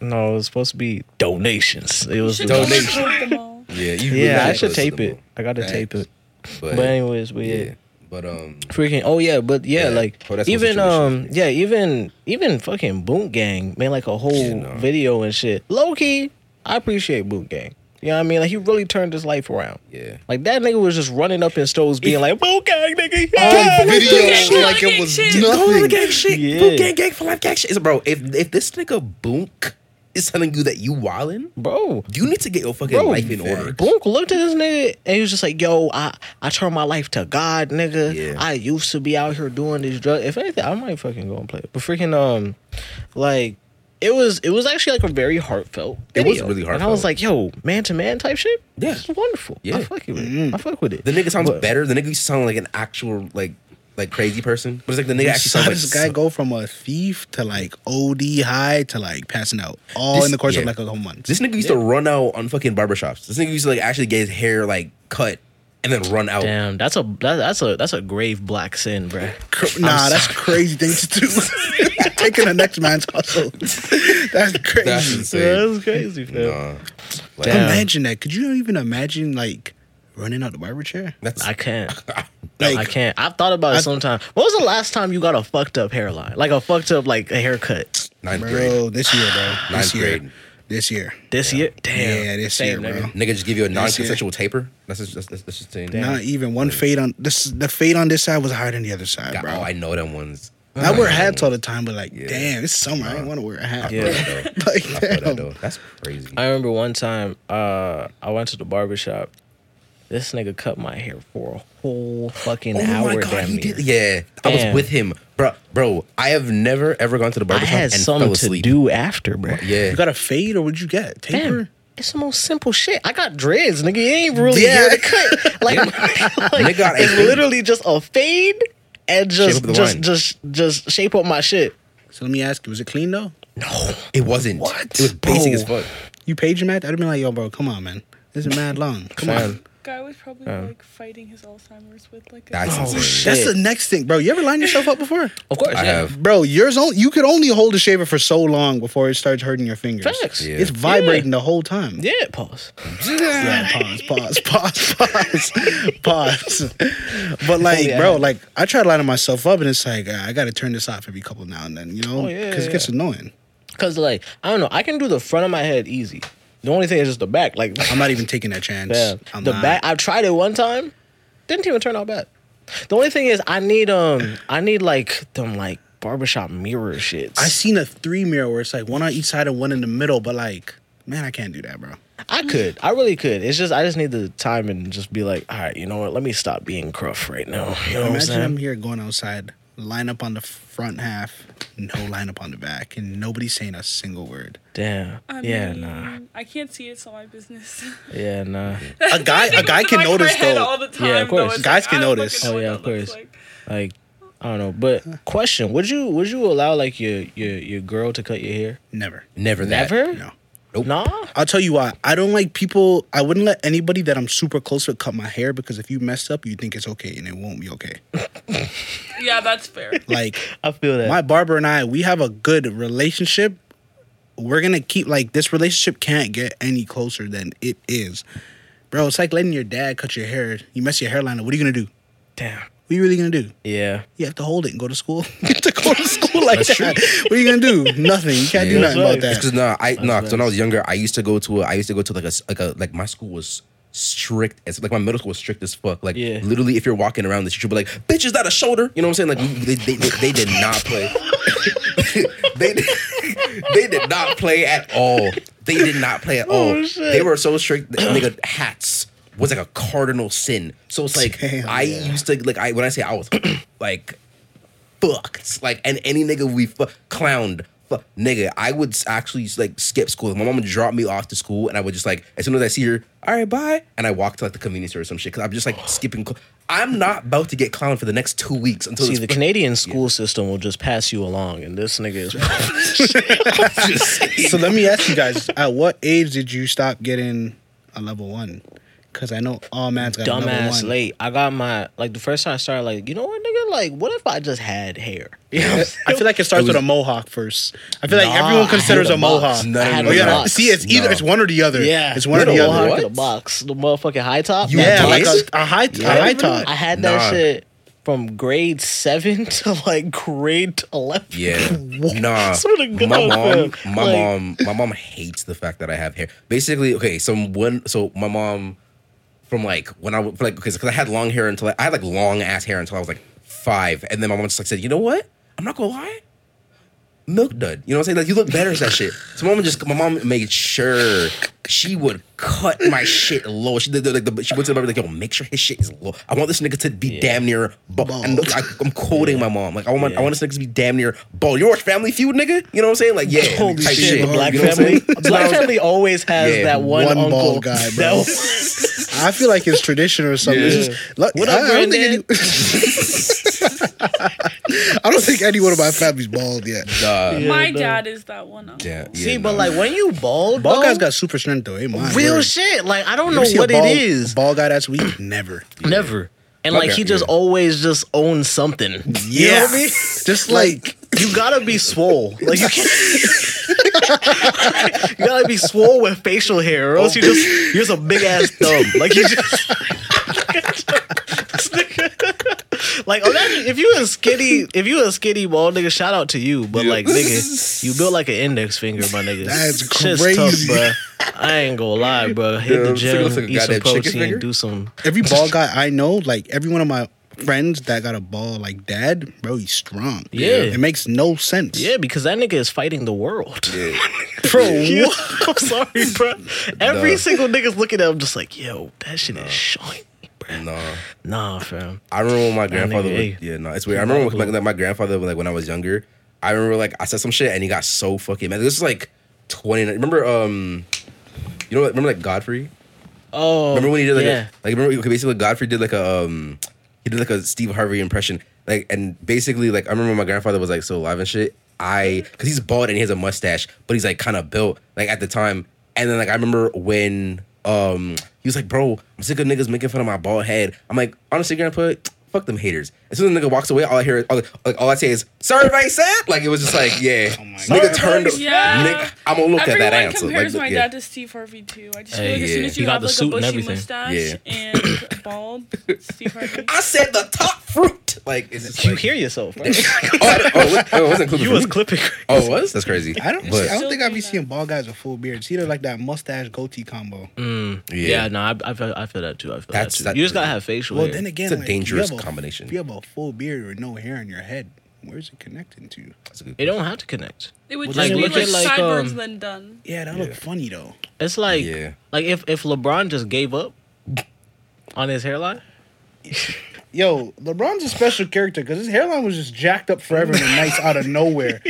Speaker 1: No, it was supposed to be donations. It was.
Speaker 4: Should
Speaker 2: Don't
Speaker 4: go
Speaker 2: make-
Speaker 4: tape them all.
Speaker 2: Yeah, you really
Speaker 1: yeah, I
Speaker 2: gotta
Speaker 1: should
Speaker 2: listen
Speaker 1: tape
Speaker 2: to
Speaker 1: it.
Speaker 2: them.
Speaker 1: I gotta tape
Speaker 2: Thanks.
Speaker 1: it.
Speaker 2: But,
Speaker 1: But anyways, we
Speaker 2: yeah. But um,
Speaker 1: freaking oh yeah but yeah,
Speaker 2: Yeah,
Speaker 1: like
Speaker 2: well, that's what
Speaker 1: even
Speaker 2: situation
Speaker 1: um yeah even even fucking boot gang made like a whole
Speaker 2: nah.
Speaker 1: video and shit low-key i appreciate boot gang you know what i mean like he really turned his life around
Speaker 2: yeah.
Speaker 1: like that nigga was just running up in stores being like boot gang nigga yeah.
Speaker 2: On video,
Speaker 4: gang,
Speaker 2: like
Speaker 4: gang
Speaker 2: it was
Speaker 4: shit.
Speaker 2: nothing.
Speaker 4: Gang,
Speaker 2: Gang shit.
Speaker 1: Yeah.
Speaker 2: Boot gang, gang for life, gang shit. It's- Bro, if if this nigga Boonk is telling you that you wildin',
Speaker 1: bro
Speaker 2: you need to get your fucking
Speaker 1: Bro,
Speaker 2: life in order.
Speaker 1: Boonk looked at this nigga and he was just like, "Yo, I I turned my life to God, nigga.
Speaker 2: Yeah.
Speaker 1: I used to be out here doing this drug. If anything, I might fucking go and play it. But freaking um, like it was it was actually like a very heartfelt.
Speaker 2: It was
Speaker 1: video.
Speaker 2: really
Speaker 1: And I was
Speaker 2: heartfelt.
Speaker 1: like, "Yo, man to man type shit.
Speaker 2: Yeah.
Speaker 1: it's wonderful.
Speaker 2: Yeah. Mm-hmm.
Speaker 1: I fuck with it. I fuck with it.
Speaker 2: The nigga sounds
Speaker 1: But-
Speaker 2: better. The nigga used to sound like an actual like like crazy person, but it's like the nigga
Speaker 3: You
Speaker 2: actually
Speaker 3: saw
Speaker 2: sounds like
Speaker 3: this guy go from a thief to like OD high to like passing out all
Speaker 2: This-
Speaker 3: in the course
Speaker 2: yeah.
Speaker 3: of like a couple months.
Speaker 2: This nigga used to run out on fucking barbershops. This nigga used to like actually get his hair like cut and then run out.
Speaker 1: Damn, that's a that, that's a that's a grave black sin, bruh.
Speaker 3: Cr- nah, that's crazy thing to do. Taking the next man's hustle. That's crazy.
Speaker 2: That's insane.
Speaker 1: That's crazy, fam.
Speaker 2: Nah. Like,
Speaker 1: Damn.
Speaker 3: Imagine that. Could you even imagine like running out the barber chair?
Speaker 2: That's
Speaker 1: I can't.
Speaker 3: Like,
Speaker 1: I can't. I've thought about it
Speaker 3: I-
Speaker 1: sometime. When was the last time you got a fucked up hairline? Like a fucked up like a haircut?
Speaker 2: ninth
Speaker 3: bro,
Speaker 2: grade.
Speaker 3: this year, bro.
Speaker 2: Ninth
Speaker 3: This year.
Speaker 2: grade.
Speaker 3: This year.
Speaker 1: This year? Damn.
Speaker 3: Yeah, this
Speaker 1: Same,
Speaker 3: year,
Speaker 1: nigga.
Speaker 3: bro.
Speaker 2: Nigga just give you a
Speaker 3: That's it.
Speaker 2: non-consensual taper. That's just that's, that's, that's just insane.
Speaker 3: Not even one fade on this. The fade on this side was higher than the other side,
Speaker 2: God,
Speaker 3: bro.
Speaker 2: oh, I know them ones.
Speaker 3: I wear hats all the time, but like,
Speaker 2: Yeah.
Speaker 3: damn, it's summer. I don't want to wear a hat.
Speaker 2: I
Speaker 1: Yeah.
Speaker 2: feel that though.
Speaker 3: bro. Like,
Speaker 2: I feel that
Speaker 3: damn.
Speaker 2: though. That's crazy.
Speaker 1: I remember one time uh, I went to the barber shop. This nigga cut my hair for a whole
Speaker 3: Oh
Speaker 1: fucking hour. damn
Speaker 2: Oh he
Speaker 1: near.
Speaker 2: did. Yeah, I
Speaker 1: Damn.
Speaker 2: was with him, bro. Bro, I have never ever gone to the
Speaker 1: I
Speaker 2: barbershop
Speaker 1: had
Speaker 2: and fell
Speaker 1: something to
Speaker 2: asleep.
Speaker 1: do after, bro.
Speaker 2: Yeah,
Speaker 3: You got a fade, or what'd you get? Taper.
Speaker 1: Damn. It's the most simple shit. I got dreads, nigga. You ain't really hair to cut. Like, like,
Speaker 2: Nigga, I-
Speaker 1: it's literally just a fade and just
Speaker 2: up the
Speaker 1: just
Speaker 2: line.
Speaker 1: just just shape up my shit.
Speaker 3: So let me ask you, was it clean though?
Speaker 2: it wasn't. It was basic as
Speaker 1: Bro.
Speaker 2: fuck.
Speaker 3: You paid your mat? I'd have been like, yo, bro, come on, man. This is mad long. Come on.
Speaker 4: Guy was probably like fighting his Alzheimer's with like a.
Speaker 1: Oh,
Speaker 2: That's insane.
Speaker 3: That's the next thing, bro. You ever lined yourself up before?
Speaker 1: Of course,
Speaker 2: I
Speaker 1: yeah.
Speaker 2: have.
Speaker 3: Bro, yours only you could only hold a shaver for so long before it starts hurting your fingers.
Speaker 1: Facts. Yeah.
Speaker 3: It's vibrating the whole time.
Speaker 1: Yeah, pause.
Speaker 3: Yeah, pause, pause, pause, pause, pause. But like,
Speaker 1: yeah.
Speaker 3: bro, like I try to line myself up, and it's like uh, I got to turn this off every couple now and then, you know,
Speaker 1: Oh, yeah,
Speaker 3: because
Speaker 1: yeah.
Speaker 3: it gets annoying.
Speaker 1: Cause like I don't know, I can do the front of my head easy. The only thing is just the back. Like
Speaker 3: I'm not even taking that chance.
Speaker 1: Yeah.
Speaker 3: I'm
Speaker 1: the
Speaker 3: not.
Speaker 1: back. I tried it one time. Didn't even turn out bad. The only thing is, I need um, I need like them like barbershop mirror shits.
Speaker 3: I seen a three mirror where it's like one on each side and one in the middle, but like, man, I can't do that, bro.
Speaker 1: I could. I really could. It's just I just need the time and just be like, all right, you know what? Let me stop being gruff right now. You know what I'm
Speaker 3: Imagine I'm
Speaker 1: saying?
Speaker 3: here going outside, line up on the front half, no line up on the back, and nobody's saying a single word.
Speaker 1: Damn.
Speaker 4: Oh, I
Speaker 1: yeah,
Speaker 4: mean,
Speaker 1: nah.
Speaker 4: I can't see it, it's not my business.
Speaker 1: Yeah, nah.
Speaker 3: A guy, a guy can notice though.
Speaker 1: Yeah, of course.
Speaker 3: Guys can notice.
Speaker 1: Oh, yeah, of course. Like, I don't know. But question: Would you would you allow like your your your girl to cut your hair?
Speaker 3: Never,
Speaker 2: Never that.
Speaker 1: Never.
Speaker 3: no.
Speaker 1: Nah.
Speaker 3: I'll tell you why. I don't like people. I wouldn't let anybody that I'm super close with cut my hair because if you mess up, you think it's okay and it won't be okay.
Speaker 4: Yeah, that's fair.
Speaker 3: Like
Speaker 1: I feel that.
Speaker 3: my barber and I, we have a good relationship. We're gonna keep like this relationship can't get any closer than it is, bro. It's like letting your dad cut your hair. You mess your hairline. up, What are you gonna do?
Speaker 1: Damn.
Speaker 3: What are you really gonna do?
Speaker 1: Yeah.
Speaker 3: You have to hold it and go to school. You have to go to school like that. What are you gonna do? Nothing. You can't do
Speaker 2: Yeah.
Speaker 3: nothing
Speaker 1: That's
Speaker 3: about
Speaker 1: right.
Speaker 3: that.
Speaker 2: Because nah, I nah. 'cause when I was younger, I used to go to a, I used to go to like a s- like a like my school was strict as like my middle school was strict as fuck. Like
Speaker 1: Yeah.
Speaker 2: literally, if you're walking around the street, you'll be like, "Bitch, is that a shoulder?" You know what I'm saying? Like we- they they, they, they did not play. they did- they did not play at all. They did not play at all.
Speaker 1: Oh, shit.
Speaker 2: They were so strict. that, Nigga, hats was like a cardinal sin. So it's like
Speaker 3: Damn,
Speaker 2: I used to like I when I say I was like fucked. Like, and any nigga we fu- clowned. Fuck, nigga, I would s- actually like skip school. My mom would drop me off to school, and I would just like, as soon as I see her, all right, bye, and I walk to like the convenience store or some shit. Cause I'm just like skipping. Cl- I'm not about to get clowned for the next two weeks until
Speaker 1: See,
Speaker 2: it's
Speaker 1: the Canadian school system will just pass you along, and this nigga is.
Speaker 3: So let me ask you guys: At what age did you stop getting a level one? Because I know all man's got a level
Speaker 1: dumbass
Speaker 3: one.
Speaker 1: late. I got my like the first time I started like you know what nigga like what if I just had hair? You know what I'm
Speaker 3: I
Speaker 1: saying?
Speaker 3: feel like it starts with a mohawk first. I feel like
Speaker 1: Nah, I
Speaker 3: everyone
Speaker 1: had
Speaker 3: considers
Speaker 1: a
Speaker 3: a mohawk.
Speaker 1: box. No,
Speaker 2: no,
Speaker 3: Oh,
Speaker 2: no,
Speaker 3: yeah,
Speaker 2: no.
Speaker 3: See, it's either
Speaker 2: No.
Speaker 3: it's one or the other.
Speaker 1: yeah,
Speaker 3: it's one or
Speaker 1: You had
Speaker 3: the
Speaker 1: a
Speaker 3: other.
Speaker 1: mohawk
Speaker 2: What?
Speaker 1: in a box, the motherfucking high top.
Speaker 2: You
Speaker 1: That
Speaker 3: Yeah, like
Speaker 1: box.
Speaker 2: did?
Speaker 3: a, a high a
Speaker 2: Yeah.
Speaker 3: high top.
Speaker 1: I had that
Speaker 2: Nah.
Speaker 1: shit from grade seven to like grade eleven.
Speaker 2: Yeah. Nah.
Speaker 1: Swear to God,
Speaker 2: my mom,
Speaker 1: fam.
Speaker 2: my
Speaker 1: Like-
Speaker 2: mom, my mom hates the fact that I have hair. Basically, okay, so when so my mom from like when I was like because I had long hair until I, I had like long ass hair until I was like five, and then my mom just like said, you know what? I'm not gonna lie. Milk dud, you know what I'm saying? Like you look better as that shit. So my mom just, my mom made sure she would cut my shit low. She did the- like the, she went to the barber like, yo, make sure his shit is low. I want this nigga to be damn near bald. And look, I, I'm quoting my mom. Like I want, I want this nigga to be damn near bald. You watch Family Feud, nigga? You know what I'm saying? Like yeah,
Speaker 1: Holy
Speaker 2: type
Speaker 1: shit, the black
Speaker 2: You know what I'm
Speaker 1: family.
Speaker 2: saying? So I
Speaker 1: black
Speaker 2: was-
Speaker 1: family always has
Speaker 2: Yeah,
Speaker 1: that one,
Speaker 3: one
Speaker 1: uncle.
Speaker 3: bald guy, bro.
Speaker 1: that was-
Speaker 3: I feel like it's tradition or something. It's
Speaker 1: Yeah.
Speaker 3: just, like,
Speaker 1: What
Speaker 3: I,
Speaker 1: up,
Speaker 3: I don't think any, I don't think anyone in my family's bald yet.
Speaker 2: Nah.
Speaker 4: My
Speaker 1: no.
Speaker 4: dad is that one. uncle.
Speaker 2: Damn, yeah,
Speaker 1: See, but
Speaker 2: nah.
Speaker 1: like when you bald,
Speaker 3: Bald
Speaker 1: though,
Speaker 3: guys got super strength though. Ain't mine.
Speaker 1: real
Speaker 3: Word.
Speaker 1: shit. Like I don't
Speaker 3: You
Speaker 1: know
Speaker 3: ever see a
Speaker 1: what
Speaker 3: bald,
Speaker 1: it is.
Speaker 3: Bald guy that's weak. Never.
Speaker 1: Never. And like
Speaker 2: Okay,
Speaker 1: he just
Speaker 2: yeah.
Speaker 1: always just owns something.
Speaker 3: Yeah.
Speaker 1: You know what I mean?
Speaker 3: Just like
Speaker 1: You gotta be swole. Like you can't. you gotta be swole with facial hair, or else you just you're just a big ass thumb. Like you just. like imagine if you a skinny, if you a skinny bald nigga, shout out to you. But like nigga, you built like an index finger, my nigga.
Speaker 3: That's
Speaker 1: Shit's
Speaker 3: crazy.
Speaker 1: Tough, bruh. I ain't gonna lie, bro. Hit
Speaker 2: Yeah,
Speaker 1: the
Speaker 2: it's like-
Speaker 1: gym,
Speaker 2: it's like a
Speaker 1: eat
Speaker 2: goddamn
Speaker 1: some
Speaker 2: chicken finger.
Speaker 1: protein, do some.
Speaker 3: every bald guy I know, like every one of my friends that got a bald like dad, bro, he's strong.
Speaker 1: Yeah.
Speaker 3: It makes no sense.
Speaker 1: Yeah, because that nigga is fighting the world.
Speaker 3: Bro,
Speaker 1: You-
Speaker 3: what?
Speaker 1: I'm sorry, bro. Every
Speaker 2: Nah.
Speaker 1: single nigga's looking at him just like, yo, that shit is shiny, bro.
Speaker 2: Nah.
Speaker 1: Nah, fam.
Speaker 2: I remember when my grandfather.
Speaker 1: nigga, hey.
Speaker 2: would, yeah, no, it's weird. I remember when, like, like, my grandfather like when I was younger. I remember like I said some shit and he got so fucking mad. This is like twenty. Remember um, you know, what- remember like Godfrey.
Speaker 1: Oh,
Speaker 2: Remember when he did like
Speaker 1: yeah.
Speaker 2: a, like remember okay, basically Godfrey did like a um he did like a Steve Harvey impression like and basically like I remember my grandfather was like so alive and shit I because he's bald and he has a mustache but he's like kind of built like at the time and then like I remember when um he was like bro I'm sick of niggas making fun of my bald head I'm like honestly grandpa fuck them haters as soon as the nigga walks away all I hear all, like all I say is sorry I said like it was just like yeah nigga turned
Speaker 4: Yeah.
Speaker 2: nigga, I'm gonna look
Speaker 4: Everyone
Speaker 2: at that answer
Speaker 4: compares
Speaker 2: look,
Speaker 4: my
Speaker 2: yeah.
Speaker 4: dad to Steve Harvey too. I just
Speaker 1: Hey,
Speaker 4: feel like as soon
Speaker 2: yeah.
Speaker 4: as
Speaker 1: He
Speaker 4: you
Speaker 1: got
Speaker 4: have
Speaker 1: the
Speaker 4: like a
Speaker 1: suit and
Speaker 4: bushy
Speaker 1: everything.
Speaker 4: mustache
Speaker 2: Yeah.
Speaker 4: and bald, Steve Harvey.
Speaker 2: I said the top fruit like it's just
Speaker 1: You
Speaker 2: like-
Speaker 1: hear yourself, bro.
Speaker 2: oh, I- oh, what- oh, it wasn't included
Speaker 1: you
Speaker 2: for
Speaker 1: was
Speaker 2: me?
Speaker 1: clipping.
Speaker 2: Oh, it was? That's crazy.
Speaker 3: I don't
Speaker 2: But,
Speaker 3: I don't think I've
Speaker 4: Still do
Speaker 3: been
Speaker 4: that.
Speaker 3: seeing bald guys with full beards. It's either like that mustache goatee combo.
Speaker 2: Mm-hmm.
Speaker 1: Yeah,
Speaker 2: yeah.
Speaker 1: no, I, I, feel, I feel that too. I feel
Speaker 2: That's-
Speaker 1: that too.
Speaker 2: that-
Speaker 1: you just gotta have facial
Speaker 3: Well
Speaker 1: hair.
Speaker 3: then again,
Speaker 2: It's a
Speaker 3: like, if
Speaker 2: dangerous
Speaker 3: you have
Speaker 2: combination.
Speaker 3: If you have a full beard with no hair on your head, where's it connecting to?
Speaker 2: That's a good
Speaker 1: it don't have to connect.
Speaker 4: It would
Speaker 3: Well,
Speaker 4: just
Speaker 3: like,
Speaker 4: be
Speaker 3: look
Speaker 4: like
Speaker 1: at, like,
Speaker 4: sideburns
Speaker 1: um,
Speaker 4: then done.
Speaker 3: Yeah, that look funny though.
Speaker 1: It's like,
Speaker 2: Yeah.
Speaker 1: like if, if LeBron just gave up on his hairline.
Speaker 3: Yo, LeBron's a special character because his hairline was just jacked up forever and nice out of nowhere,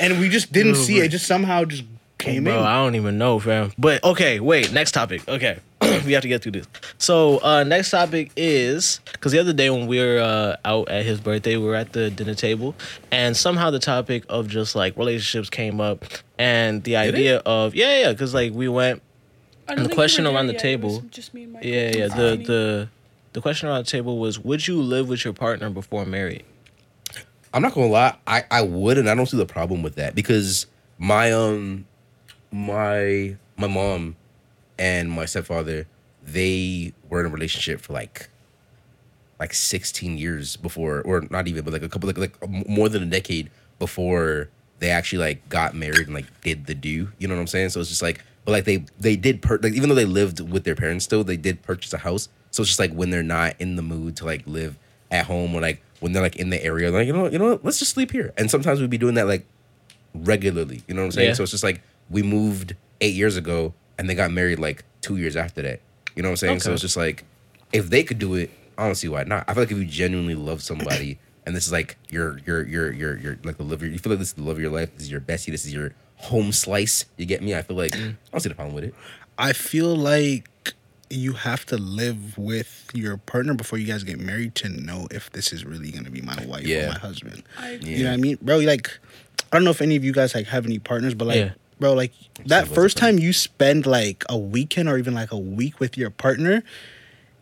Speaker 3: and we just didn't see it. It Just somehow just came
Speaker 1: Bro,
Speaker 3: in.
Speaker 1: I don't even know, fam. But okay, wait. Next topic. Okay, we have to get through this. So uh, next topic is because the other day when we were uh, out at his birthday, we were at the dinner table, and somehow the topic of just like relationships came up, and the idea of yeah, yeah, because like we went
Speaker 4: I
Speaker 1: the
Speaker 4: don't think you
Speaker 1: question
Speaker 4: were there
Speaker 1: around the
Speaker 4: yet. It
Speaker 1: table-
Speaker 4: was Just me and Michael.
Speaker 1: yeah, yeah.
Speaker 4: It's
Speaker 1: The
Speaker 4: funny.
Speaker 1: the the question around the table was, would you live with your partner before married?
Speaker 2: I'm not gonna lie, I, I would and I don't see the problem with that because my um my my mom and my stepfather, they were in a relationship for like like 16 years before or not even but like a couple like, like m- more than a decade before they actually like got married and like did the do you know what i'm saying so it's just like but like they they did per- like even though they lived with their parents still they did purchase a house so it's just like when they're not in the mood to like live at home or like when they're like in the area like you know what- you know what? let's just sleep here and sometimes we'd be doing that like regularly you know what i'm saying
Speaker 1: Yeah.
Speaker 2: so it's just like we moved eight years ago and they got married like two years after that you know what i'm saying so
Speaker 1: Okay.
Speaker 2: it's just like if they could do it, I don't see why not. I feel like if you genuinely love somebody and this is like your your your your your like the love of your you feel like this is the love of your life, this is your bestie, this is your home slice. You get me? I feel like I don't see the problem with it.
Speaker 3: I feel like you have to live with your partner before you guys get married to know if this is really gonna be my wife
Speaker 2: Yeah.
Speaker 3: or my husband.
Speaker 4: I agree.
Speaker 3: You know what I mean, bro? Like, I don't know if any of you guys like have any partners, but like,
Speaker 1: Yeah.
Speaker 3: bro, like that
Speaker 2: wasn't
Speaker 3: first time you spend like a weekend or even like a week with your partner,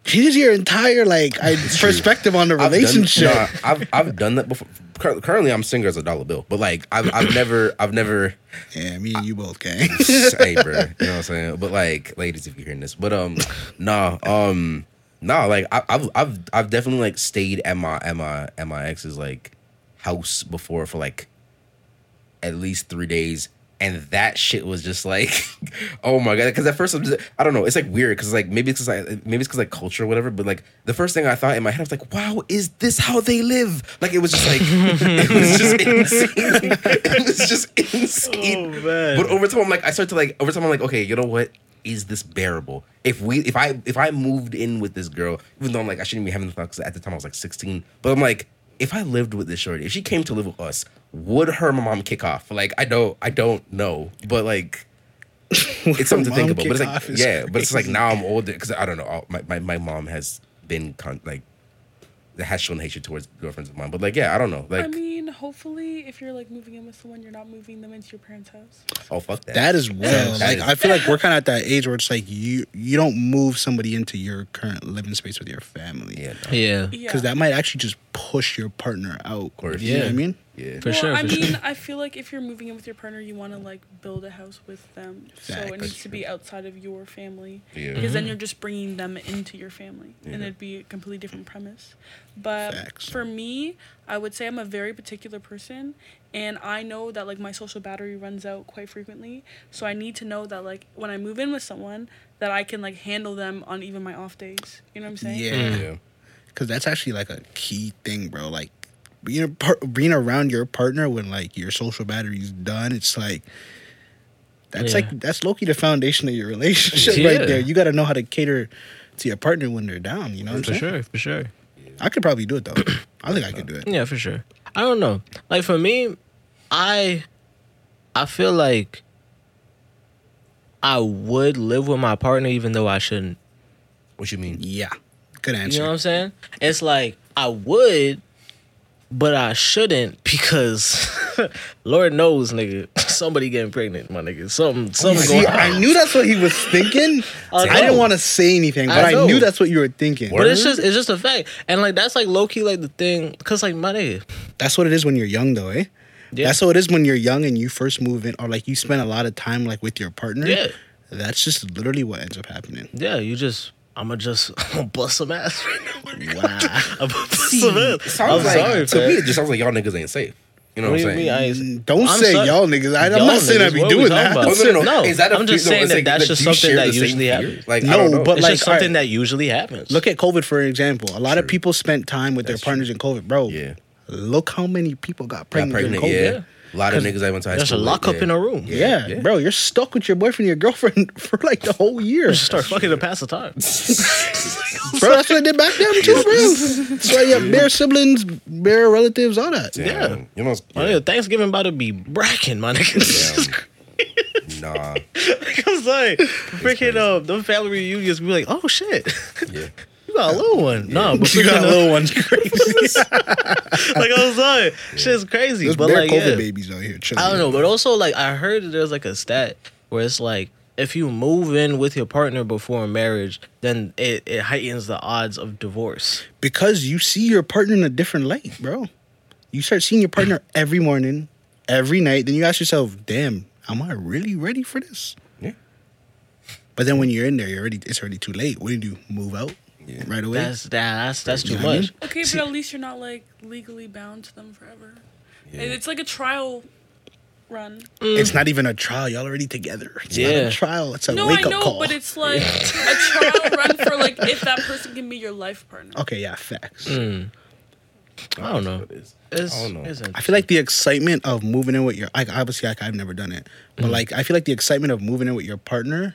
Speaker 3: changes your entire like I, perspective on the
Speaker 2: I've done-
Speaker 3: relationship.
Speaker 2: nah, I've I've done that before. Cur- Currently, I'm single as a dollar bill, but like I've I've never I've never
Speaker 3: Yeah, me and you both, gang.
Speaker 2: hey, bro. You know what I'm saying? But like, ladies, if you're hearing this, but um, nah, um, nah, like I, I've I've I've definitely like stayed at my at my at my ex's like house before for like at least three days. And that shit was just like, oh my god! Because at first I'm just, I don't know. It's like weird because like maybe it's cause like maybe it's because like culture or whatever. But like the first thing I thought in my head, I was like, wow, is this how they live? Like it was just like it was just insane. it was just insane.
Speaker 1: man.
Speaker 2: But over time, I'm like, I start to like. Over time, I'm like, okay, you know what? Is this bearable? If we, if I, if I moved in with this girl, even though I'm like, I shouldn't be having the thought because at the time I was like 16. But I'm like, if I lived with this shorty, if she came to live with us, would her and my mom kick off? Like, I don't, I don't know. But like, it's something to
Speaker 3: mom
Speaker 2: think about. But
Speaker 3: kick
Speaker 2: it's like,
Speaker 3: off is
Speaker 2: yeah. But it's like
Speaker 3: crazy.
Speaker 2: now I'm older because I don't know. I'll- My, my my mom has been con- like, has shown hatred towards girlfriends of mine. But like, yeah, I don't know. Like,
Speaker 4: I mean, hopefully, if you're like moving in with someone, you're not moving them into your parents' house.
Speaker 2: oh fuck that.
Speaker 3: That is well.
Speaker 2: that
Speaker 3: like
Speaker 2: is-
Speaker 3: I feel like we're kind of at that age where it's like you you don't move somebody into your current living space with your family.
Speaker 2: yeah, no,
Speaker 1: Yeah.
Speaker 4: Yeah.
Speaker 3: Because that might actually just push your partner out. Of
Speaker 2: course.
Speaker 3: You know what I
Speaker 1: Yeah.
Speaker 3: mean?
Speaker 2: yeah.
Speaker 1: For
Speaker 4: well,
Speaker 1: sure,
Speaker 4: I
Speaker 1: for
Speaker 4: mean,
Speaker 1: sure.
Speaker 4: I feel like if you're moving in with your partner, you want to like build a house with them. So
Speaker 3: Facts.
Speaker 4: it needs to be outside of your family.
Speaker 2: Yeah.
Speaker 4: Because
Speaker 1: Mm-hmm.
Speaker 4: then you're just bringing them into your family, and it'd be a completely different premise. But
Speaker 3: Facts.
Speaker 4: for me, I would say I'm a very particular person, and I know that like my social battery runs out quite frequently. So I need to know that like when I move in with someone, that I can like handle them on even my off days. You know what I'm saying?
Speaker 3: Yeah.
Speaker 1: Mm.
Speaker 2: yeah.
Speaker 3: Because that's actually like a key thing, bro. Like being par- being around your partner when like your social battery's done, it's like that's
Speaker 1: Yeah.
Speaker 3: like that's Loki the foundation of your relationship
Speaker 1: Yeah.
Speaker 3: right there. You got to know how to cater to your partner when they're down. You know what I'm
Speaker 1: For
Speaker 3: saying?
Speaker 1: sure, for sure. Mm.
Speaker 3: I could probably do it though. I think I could do it.
Speaker 1: Yeah, for sure. I don't know. Like for me, I I feel like I would live with my partner even though I shouldn't.
Speaker 2: What you mean?
Speaker 3: Yeah. Good answer.
Speaker 1: You know what I'm saying? It's like I would, but I shouldn't because Lord knows, nigga, somebody getting pregnant, my nigga. Something, something
Speaker 3: See,
Speaker 1: going on.
Speaker 3: I knew that's what he was thinking.
Speaker 1: I
Speaker 3: I,
Speaker 1: know.
Speaker 3: didn't want to say anything, but
Speaker 1: I
Speaker 3: I,
Speaker 1: know.
Speaker 3: knew that's what you were thinking.
Speaker 1: But it's just it's just a fact, and like that's like low key like the thing, cause like my nigga,
Speaker 3: That's what it is when you're young, though, eh?
Speaker 1: Yeah.
Speaker 3: That's how it is when you're young and you first move in, or like you spend a lot of time like with your partner.
Speaker 1: Yeah.
Speaker 3: That's just literally what ends up happening.
Speaker 1: yeah, you just I'ma just I'ma bust some ass right now.
Speaker 3: Wow.
Speaker 1: I'ma bust some
Speaker 2: It
Speaker 1: ass.
Speaker 2: sounds
Speaker 1: I'm
Speaker 2: like
Speaker 1: sorry,
Speaker 2: to
Speaker 1: fam.
Speaker 2: me, it just sounds like y'all niggas ain't safe. You know
Speaker 1: What
Speaker 2: what,
Speaker 1: do you
Speaker 2: I'm
Speaker 1: mean I
Speaker 2: saying?
Speaker 1: ain't-
Speaker 3: Mm, Don't
Speaker 1: I'm
Speaker 3: say
Speaker 1: sorry.
Speaker 3: y'all niggas. I,
Speaker 1: Y'all
Speaker 3: am not saying I
Speaker 1: niggas,
Speaker 3: be
Speaker 1: what we
Speaker 3: doing
Speaker 1: talking
Speaker 3: that.
Speaker 1: about?
Speaker 2: Oh, no,
Speaker 1: No,
Speaker 2: no, Is that a
Speaker 1: I'm just
Speaker 2: fear-
Speaker 1: saying
Speaker 2: it's
Speaker 1: that
Speaker 2: like,
Speaker 1: that's
Speaker 2: like,
Speaker 1: just
Speaker 2: do you
Speaker 1: something that
Speaker 2: share the same
Speaker 1: usually
Speaker 2: fear?
Speaker 1: happens.
Speaker 2: Like,
Speaker 3: No,
Speaker 2: I don't know.
Speaker 3: but
Speaker 1: It's
Speaker 3: like-
Speaker 1: just something
Speaker 3: alright.
Speaker 1: that usually happens.
Speaker 3: Look at COVID for example. A lot of people spent time with
Speaker 2: That's
Speaker 3: their partners in COVID, bro.
Speaker 2: Yeah.
Speaker 3: Look how many people got
Speaker 2: Got
Speaker 3: pregnant,
Speaker 2: pregnant,
Speaker 3: during COVID.
Speaker 2: yeah.
Speaker 1: yeah.
Speaker 2: A lot of
Speaker 1: 'Cause
Speaker 2: niggas I went to high
Speaker 1: there's a
Speaker 2: school. with,
Speaker 1: lockup
Speaker 2: yeah.
Speaker 1: in a room.
Speaker 3: Yeah,
Speaker 2: yeah.
Speaker 3: bro, you're stuck with your boyfriend, and your girlfriend for like the whole year.
Speaker 1: Just start fucking to pass the time.
Speaker 3: bro, that's what I did back then too, bro. That's why you have bare siblings, bare relatives, all that.
Speaker 2: Damn.
Speaker 1: Yeah.
Speaker 2: You know, it's-
Speaker 1: My nigga, Thanksgiving about to be bracking, my nigga. This is
Speaker 2: Damn. nah.
Speaker 1: crazy. I'm sorry. Freaking um, the family reunions be like, oh shit,
Speaker 2: Yeah.
Speaker 1: you got a little one. No, but
Speaker 3: You
Speaker 1: freaking,
Speaker 3: got
Speaker 1: uh,
Speaker 3: little ones crazy.
Speaker 1: like I'm sorry, shit's crazy.
Speaker 3: There's
Speaker 1: but
Speaker 3: bare
Speaker 1: like,
Speaker 3: COVID
Speaker 1: yeah.
Speaker 3: babies out here. Chilling.
Speaker 1: I don't know, but also like I heard that there's like a stat where it's like if you move in with your partner before marriage, then it, it heightens the odds of divorce.
Speaker 3: because you see your partner in a different light, bro. You start seeing your partner every morning, every night. Then you ask yourself, "Damn, am I really ready for this?"
Speaker 2: Yeah.
Speaker 3: But then when you're in there, you're already it's already too late. What do you do? Move out
Speaker 2: Yeah.
Speaker 3: right away?
Speaker 1: That's that's that's too
Speaker 3: You know what I
Speaker 1: much.
Speaker 4: Okay, but at least you're not like legally bound to them forever.
Speaker 2: Yeah.
Speaker 4: It's like a trial run.
Speaker 3: It's not even a trial. Y'all already together. It's not
Speaker 1: Yeah.
Speaker 3: a trial. It's a
Speaker 4: Mm. No, I
Speaker 3: wake up
Speaker 4: know,
Speaker 3: call.
Speaker 4: but it's like a trial run for like if that person can be your life partner.
Speaker 2: Oh.
Speaker 3: okay, yeah, facts.
Speaker 1: Hmm. I don't know.
Speaker 2: It's,
Speaker 1: It's,
Speaker 2: I don't know.
Speaker 1: It's
Speaker 3: I feel like the excitement of moving in with your like obviously like I've never done it,
Speaker 2: Mm.
Speaker 3: but like I feel like the excitement of moving in with your partner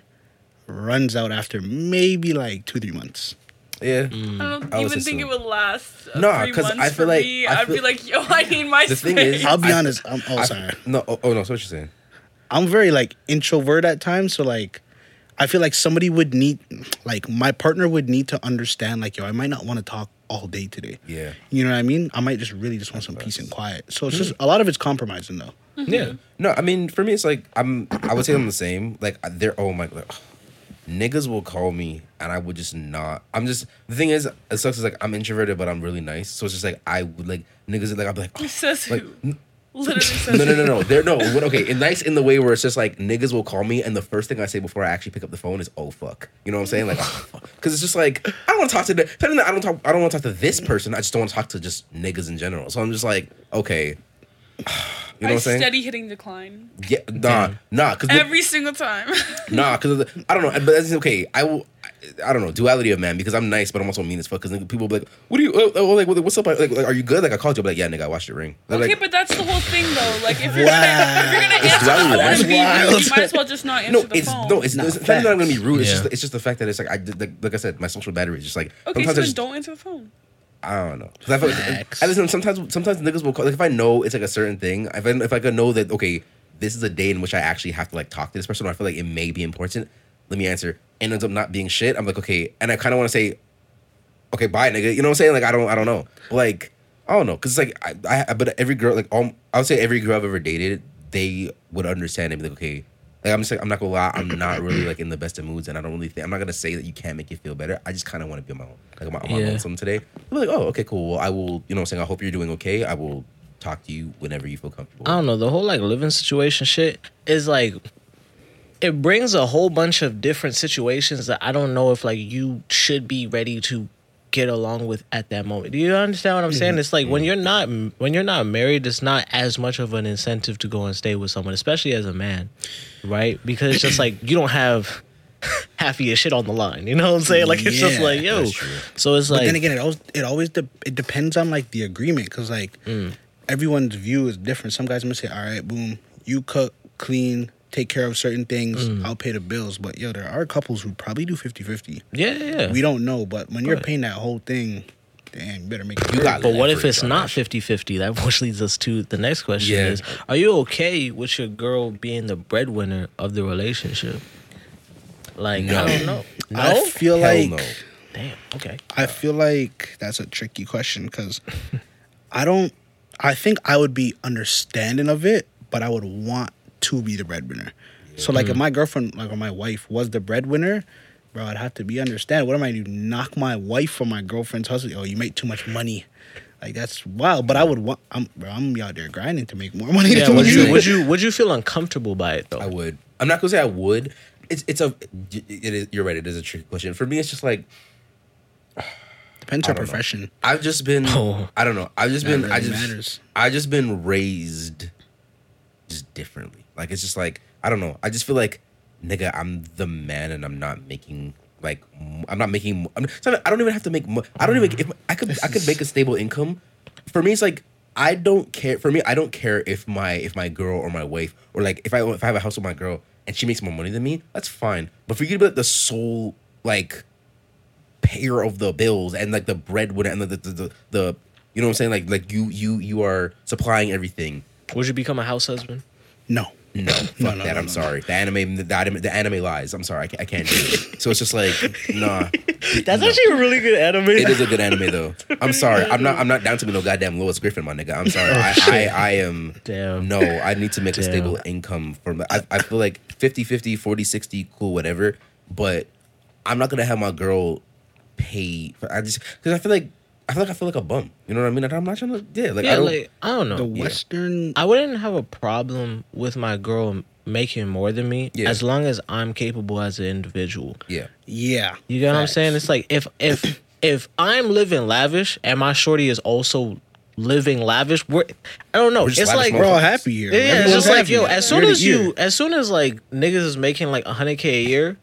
Speaker 3: runs out after maybe like two three months.
Speaker 2: yeah.
Speaker 1: Mm.
Speaker 4: I don't
Speaker 2: I was
Speaker 4: even think
Speaker 2: assuming.
Speaker 4: it would last. Uh,
Speaker 2: Nah,
Speaker 4: three
Speaker 2: 'cause
Speaker 4: months
Speaker 2: I feel
Speaker 4: for
Speaker 2: like-
Speaker 4: me.
Speaker 2: I
Speaker 4: I'd be
Speaker 2: feel-
Speaker 4: like, yo, I need my
Speaker 2: The
Speaker 4: space.
Speaker 2: thing is,
Speaker 3: I'll be
Speaker 2: I-
Speaker 3: honest. I'm oh
Speaker 2: I-
Speaker 3: sorry.
Speaker 2: No. Oh, oh, no. So what you saying?
Speaker 3: I'm very like introvert at times, so like I feel like somebody would need, like my partner would need to understand, like yo, I might not want to talk all day today.
Speaker 2: Yeah. Hmm.
Speaker 3: you know what I mean. I might just really just want some peace and quiet. So it's just a lot of it's compromising though.
Speaker 1: Yeah.
Speaker 2: No, I mean for me, it's like I'm. I would say I'm the same. Like they're oh my, like, niggas will call me and I would just not. I'm just the thing is it sucks. Is like I'm introverted, but I'm really nice. So it's just like I would like niggas. Like I'm like oh,
Speaker 4: Says
Speaker 2: like
Speaker 4: who? Literally says
Speaker 2: no no no no. They're no what, okay. And nice in the way where it's just like niggas will call me and the first thing I say before I actually pick up the phone is oh fuck. You know what I'm saying? Like because it's just like I don't want to talk to. the- Something that I don't talk. I don't want to talk to this person. I just don't want to talk to just niggas in general. So I'm just like okay. You know what
Speaker 4: I
Speaker 2: I'm saying?
Speaker 4: steady hitting decline
Speaker 2: Yeah, nah, nah, because
Speaker 4: every single time.
Speaker 2: Nah, because I don't know, but that's okay. I will. I don't know duality of man because I'm nice, but I'm also mean as fuck. Because people be like, "What do you? Uh, uh, like, what- what's up? Like, like, are you good? Like, I called you, but like, yeah, nigga, I watched your ring. They're
Speaker 4: okay,
Speaker 2: like,
Speaker 4: but that's the whole thing though. Like if you're gonna, if you're gonna
Speaker 2: It's
Speaker 4: answer,
Speaker 2: wild.
Speaker 4: I want
Speaker 2: That's
Speaker 4: to be rude. You might as well just not answer
Speaker 2: no,
Speaker 4: the
Speaker 2: it's
Speaker 4: phone.
Speaker 2: no, it's,
Speaker 3: Nah,
Speaker 2: it's, it's not that I'm gonna be rude. It's
Speaker 1: Yeah.
Speaker 2: just, it's just the fact that it's like I did- like, like I said, my social battery is just like
Speaker 4: okay. So
Speaker 2: sometimes I
Speaker 4: then
Speaker 2: just
Speaker 4: don't answer the phone.
Speaker 2: I don't know. 'Cause I feel like,
Speaker 3: Facts.
Speaker 2: I listen, sometimes sometimes niggas will call like if I know it's like a certain thing, if I if I could know that okay, this is a day in which I actually have to like talk to this person or I feel like it may be important, let me answer. And ends up not being shit. I'm like, okay, and I kinda wanna say, Okay, bye nigga. You know what I'm saying? Like I don't I don't know. Like, I don't know. Cause it's like I, I but every girl like all I would say every girl I've ever dated, they would understand and be like, okay. Like I'm just like I'm not gonna lie, I'm not really like in the best of moods, and I don't really think I'm not gonna say that you can't make you feel better. I just kind of want to be on my own, like on my, on my
Speaker 1: Yeah.
Speaker 2: own some today. I'm like, oh, okay, cool. Well, I will, you know, what I'm saying I hope you're doing okay. I will talk to you whenever you feel comfortable.
Speaker 1: I don't know. The whole like living situation shit is like it brings a whole bunch of different situations that I don't know if like you should be ready to get along with at that moment. Do you understand what I'm
Speaker 3: Mm-hmm.
Speaker 1: saying? It's like when you're not when you're not married, it's not as much of an incentive to go and stay with someone, especially as a man, right? Because it's just like you don't have half of your shit on the line. You know what I'm saying? Like it's just
Speaker 3: Yeah,
Speaker 1: like yo.
Speaker 2: that's true.
Speaker 1: So it's
Speaker 3: But
Speaker 1: like
Speaker 3: then again, it always it always de- it depends on like the agreement because like
Speaker 2: Mm.
Speaker 3: everyone's view is different. Some guys gonna say, "All right, boom, you cook, clean, take care of certain things.
Speaker 2: Mm.
Speaker 3: I'll pay the bills." But yo, there are couples who probably do 50-50.
Speaker 1: yeah, yeah. yeah.
Speaker 3: We don't know, but when you're
Speaker 1: Right.
Speaker 3: paying that whole thing, damn, you better make it.
Speaker 2: You
Speaker 3: work.
Speaker 2: got
Speaker 1: But what if
Speaker 2: leverage
Speaker 1: it's
Speaker 2: on
Speaker 1: not
Speaker 2: that shit.
Speaker 1: 50 50? That which leads us to the next question
Speaker 2: Yeah.
Speaker 1: is Are you okay with your girl being the breadwinner of the relationship? Like,
Speaker 2: No.
Speaker 1: I don't know. No?
Speaker 3: I feel
Speaker 2: Hell
Speaker 3: like
Speaker 2: no.
Speaker 1: Damn, okay.
Speaker 3: I feel like that's a tricky question because I don't. I think I would be understanding of it, but I would want to be the breadwinner. So like, if my girlfriend, like, or my wife was the breadwinner, bro, I'd have to be understand. What am I to do? Knock my wife from my girlfriend's husband? Oh, you make too much money. Like that's wild. But I would want. I'm, bro, I'm out there grinding to make more money.
Speaker 1: Yeah,
Speaker 3: than
Speaker 1: would
Speaker 3: you.
Speaker 1: you, would, you, would you feel uncomfortable by it though?
Speaker 2: I would. I'm not gonna say I would. It's it's a. It is. You're right. It is a tricky question. For me, it's just like
Speaker 3: Depends on profession.
Speaker 2: I've just been.
Speaker 1: Oh.
Speaker 2: I don't know. I've just
Speaker 3: That
Speaker 2: been. I
Speaker 3: really
Speaker 2: just.
Speaker 3: matters.
Speaker 2: I just been raised, just differently. Like it's just like I don't know. I just feel like, nigga, I'm the man, and I'm not making like m- I'm not making. mo- I'm, so I don't even have to make. Mo- I don't even. If I could, I could make a stable income. For me, it's like I don't care. For me, I don't care if my if my girl or my wife or like if I if I have a house with my girl and she makes more money than me, that's fine. But for you to be like the sole like payer of the bills and like the breadwinner and the the, the the the you know what I'm saying like like you you you are supplying everything.
Speaker 1: Would you become a house husband?
Speaker 3: No.
Speaker 2: No, fuck
Speaker 3: no,
Speaker 2: that.
Speaker 3: no,
Speaker 2: I'm
Speaker 3: no.
Speaker 2: sorry. The anime, the, anime, the anime lies. I'm sorry. I can't, I can't do it. So it's just like, nah.
Speaker 1: That's actually a really good anime.
Speaker 2: It is a good anime though. I'm sorry. I'm not. I'm not down to be no goddamn Lois Griffin, my nigga. I'm
Speaker 1: Oh,
Speaker 2: sorry. I, I, I am.
Speaker 1: Damn.
Speaker 2: No, I need to make a
Speaker 1: Damn.
Speaker 2: stable income from. I, I feel like 50, 50, 40, 60, cool, whatever. But I'm not gonna have my girl pay. For, I just because I feel like I feel like I feel like a bum. You know what I mean? I'm not trying to. Yeah, like I
Speaker 1: yeah,
Speaker 2: don't.
Speaker 1: like, I don't know.
Speaker 3: The Western.
Speaker 1: I wouldn't have a problem with my girl making more than me
Speaker 2: Yeah.
Speaker 1: as long as I'm capable as an individual.
Speaker 2: yeah.
Speaker 3: Yeah.
Speaker 1: You get what I'm
Speaker 3: Facts.
Speaker 1: saying? It's like if if if I'm living lavish and my shorty is also living lavish, we're I don't know.
Speaker 2: We're just
Speaker 1: it's
Speaker 2: lavish
Speaker 1: like
Speaker 3: We're all happy here.
Speaker 1: yeah, yeah, it's
Speaker 3: Everyone's
Speaker 1: just like
Speaker 3: happy.
Speaker 1: yo. As soon
Speaker 3: Year to
Speaker 1: as you,
Speaker 3: year.
Speaker 1: as soon as like niggas is making like hundred k a year,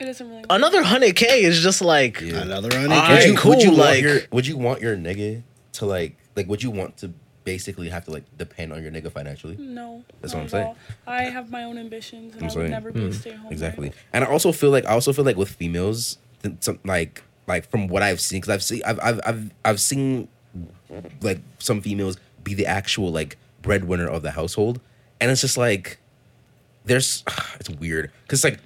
Speaker 4: It doesn't really. matter.
Speaker 1: another hundred k is just like
Speaker 2: Yeah.
Speaker 3: Another round.
Speaker 1: All
Speaker 3: of
Speaker 1: right,
Speaker 2: Would
Speaker 3: cake.
Speaker 2: you, would you
Speaker 1: cool,
Speaker 2: want
Speaker 1: like-
Speaker 2: your would you want your nigga to like like would you want to basically have to like depend on your nigga financially?
Speaker 4: No,
Speaker 2: That's
Speaker 4: not
Speaker 2: what I'm
Speaker 4: at all. I have my own ambitions,
Speaker 2: I'm
Speaker 4: and i would
Speaker 2: saying. Mm,
Speaker 4: never be a stay-at-home.
Speaker 2: Exactly.
Speaker 4: parent.
Speaker 2: And I also feel like I also feel like with females, th- some like like from what I've seen, because I've seen I've, I've I've I've seen like some females be the actual like breadwinner of the household, and it's just like there's it's weird because like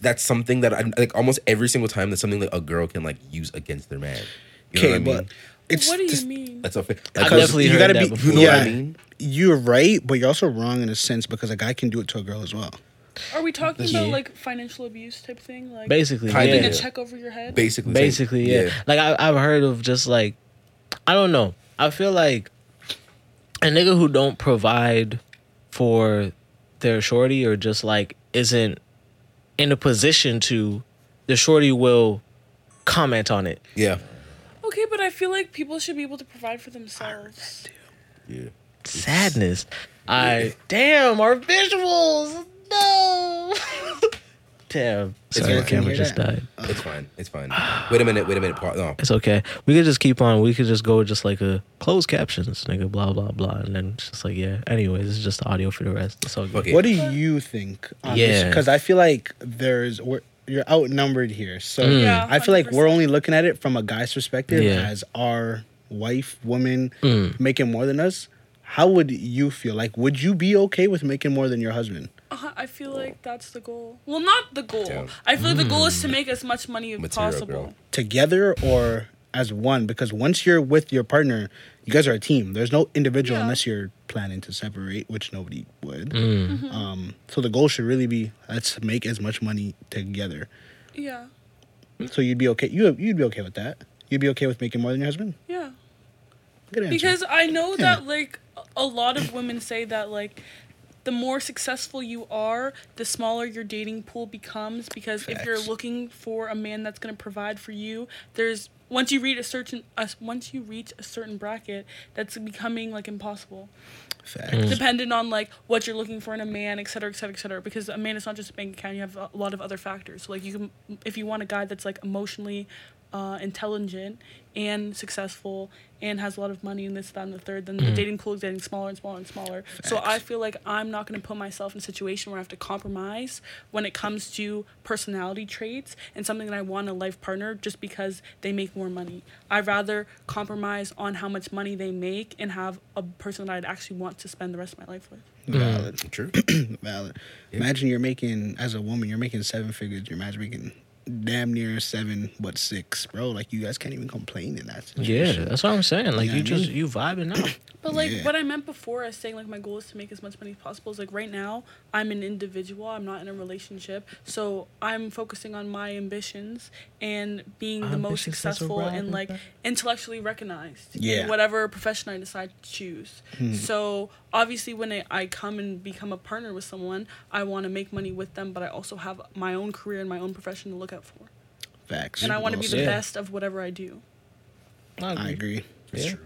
Speaker 2: that's something that I like almost every single time that's something that a girl can like use against their man. You know
Speaker 3: Okay,
Speaker 2: what I mean?
Speaker 3: but it's
Speaker 4: what do you
Speaker 3: just-
Speaker 4: mean?
Speaker 2: that's a fa- like,
Speaker 1: I've
Speaker 2: 'cause
Speaker 1: definitely
Speaker 3: you
Speaker 1: heard
Speaker 3: gotta
Speaker 1: that
Speaker 3: be-
Speaker 1: before.
Speaker 3: you know what I
Speaker 2: yeah.
Speaker 3: mean? You're right, but you're also wrong in a sense because a guy can do it to a girl as well.
Speaker 4: Are we talking
Speaker 1: Yeah.
Speaker 4: about like financial abuse type thing? Like
Speaker 1: Basically,
Speaker 2: Kinda,
Speaker 1: yeah.
Speaker 4: getting a
Speaker 2: yeah.
Speaker 4: check over your head.
Speaker 2: basically same-
Speaker 1: Basically, yeah. Like I, I've heard of just like, I don't know. I feel like a nigga who don't provide for their shorty or just like isn't in a position to, the shorty will comment on it.
Speaker 2: yeah,
Speaker 4: okay, but I feel like people should be able to provide for themselves.
Speaker 2: yeah.
Speaker 1: Sadness. I damn our visuals. No. damn. Sorry,
Speaker 2: okay,
Speaker 1: the
Speaker 2: can
Speaker 1: camera
Speaker 3: you
Speaker 1: just
Speaker 3: hear
Speaker 1: died.
Speaker 2: It's fine. It's fine. Wait a minute. Wait a minute. Paul. No,
Speaker 1: It's okay. We could just keep on. We could just go with just like a closed captions, nigga, blah, blah, blah. And then it's just like, yeah. Anyways, it's just the audio for the rest. It's all good.
Speaker 2: Okay.
Speaker 3: What do you think?
Speaker 1: Yeah.
Speaker 3: Because I feel like there's we're, you're outnumbered here. So
Speaker 4: Yeah,
Speaker 3: I feel like we're
Speaker 4: 100%.
Speaker 3: only looking at it from a guy's perspective
Speaker 1: Yeah.
Speaker 3: as our wife, woman, making more than us. How would you feel? Like, would you be okay with making more than your husband?
Speaker 4: Uh, I feel like that's the goal. Well, not the goal.
Speaker 2: Damn. Mm.
Speaker 4: I feel like the goal is to make as much money as
Speaker 2: Material
Speaker 4: possible.
Speaker 2: girl.
Speaker 3: Together or as one? Because once you're with your partner, you guys are a team. There's no individual
Speaker 4: Yeah.
Speaker 3: unless you're planning to separate, which nobody would.
Speaker 4: Mm-hmm.
Speaker 3: Um, so the goal should really be let's make as much money together.
Speaker 4: Yeah,
Speaker 3: So you'd be okay. You you'd be okay with that. You'd be okay with making more than your husband.
Speaker 4: yeah.
Speaker 3: Good answer.
Speaker 4: Because I know
Speaker 3: Yeah.
Speaker 4: that like a lot of women say that like the more successful you are, the smaller your dating pool becomes because if you're
Speaker 3: Facts.
Speaker 4: looking for a man that's going to provide for you, there's once you reach a certain uh, once you reach a certain bracket, that's becoming like impossible.
Speaker 3: Facts.
Speaker 4: Dependent on like what you're looking for in a man, et cetera, et cetera, et cetera. Because a man is not just a bank account; you have a lot of other factors. So, like you can, if you want a guy that's like emotionally uh, intelligent and successful and has a lot of money and this, that, and the third, then the dating pool is getting smaller and smaller and smaller. So I feel like I'm not going to put myself in a situation where I have to compromise when it comes to personality traits and something that I want in a life partner just because they make more money. I'd rather compromise on how much money they make and have a person that I'd actually want to spend the rest of my life with.
Speaker 3: Valid.
Speaker 2: True.
Speaker 3: Valid. Imagine you're making as a woman, you're making seven figures. You're imagine making damn near seven, but six, bro. Like you guys can't even complain in that situation.
Speaker 1: Yeah, that's what I'm saying. Like,
Speaker 3: Yeah,
Speaker 1: you
Speaker 3: I
Speaker 1: just,
Speaker 3: mean-
Speaker 1: you vibing out.
Speaker 4: But like
Speaker 3: Yeah.
Speaker 4: what I meant before as saying like my goal is to make as much money as possible is like right now I'm an individual, I'm not in a relationship. So I'm focusing on my ambitions and being the
Speaker 1: Ambitions as
Speaker 4: most
Speaker 1: a
Speaker 4: successful and
Speaker 1: rider.
Speaker 4: like intellectually recognized. in
Speaker 3: Yeah. Hmm.
Speaker 4: Whatever profession I decide to choose. So obviously when I, I come and become a partner with someone, I want to make money with them, but I also have my own career and my own profession to look out for.
Speaker 3: Facts.
Speaker 4: And I want to be the
Speaker 1: said.
Speaker 4: best of whatever I do.
Speaker 3: I agree.
Speaker 1: Yeah,
Speaker 2: true.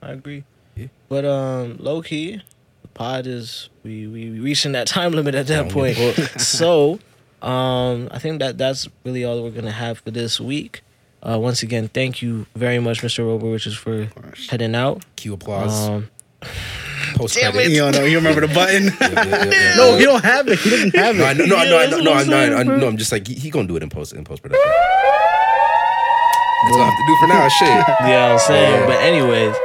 Speaker 1: I agree.
Speaker 2: Yeah.
Speaker 1: But, um, low key, the pod is, we, we, we reaching that time limit at that
Speaker 2: Long
Speaker 1: point. so, um, I think that that's really all we're going to have for this week. Uh, once again, thank you very much, Mr. Robo Richards, for
Speaker 3: course.
Speaker 1: heading out.
Speaker 2: Cue applause.
Speaker 1: Um,
Speaker 2: Post credit.
Speaker 3: You don't know. You remember the button? no,
Speaker 2: no,
Speaker 3: you don't have it. He didn't have
Speaker 2: No, I
Speaker 3: it.
Speaker 2: know, no, I know, I know, no, I know, I know, I
Speaker 1: bro.
Speaker 2: know, I'm just like he, he gonna do it in post in post production. That's what I have to do for now. Shit.
Speaker 1: Yeah, I'm saying.
Speaker 2: Yeah.
Speaker 1: But anyways,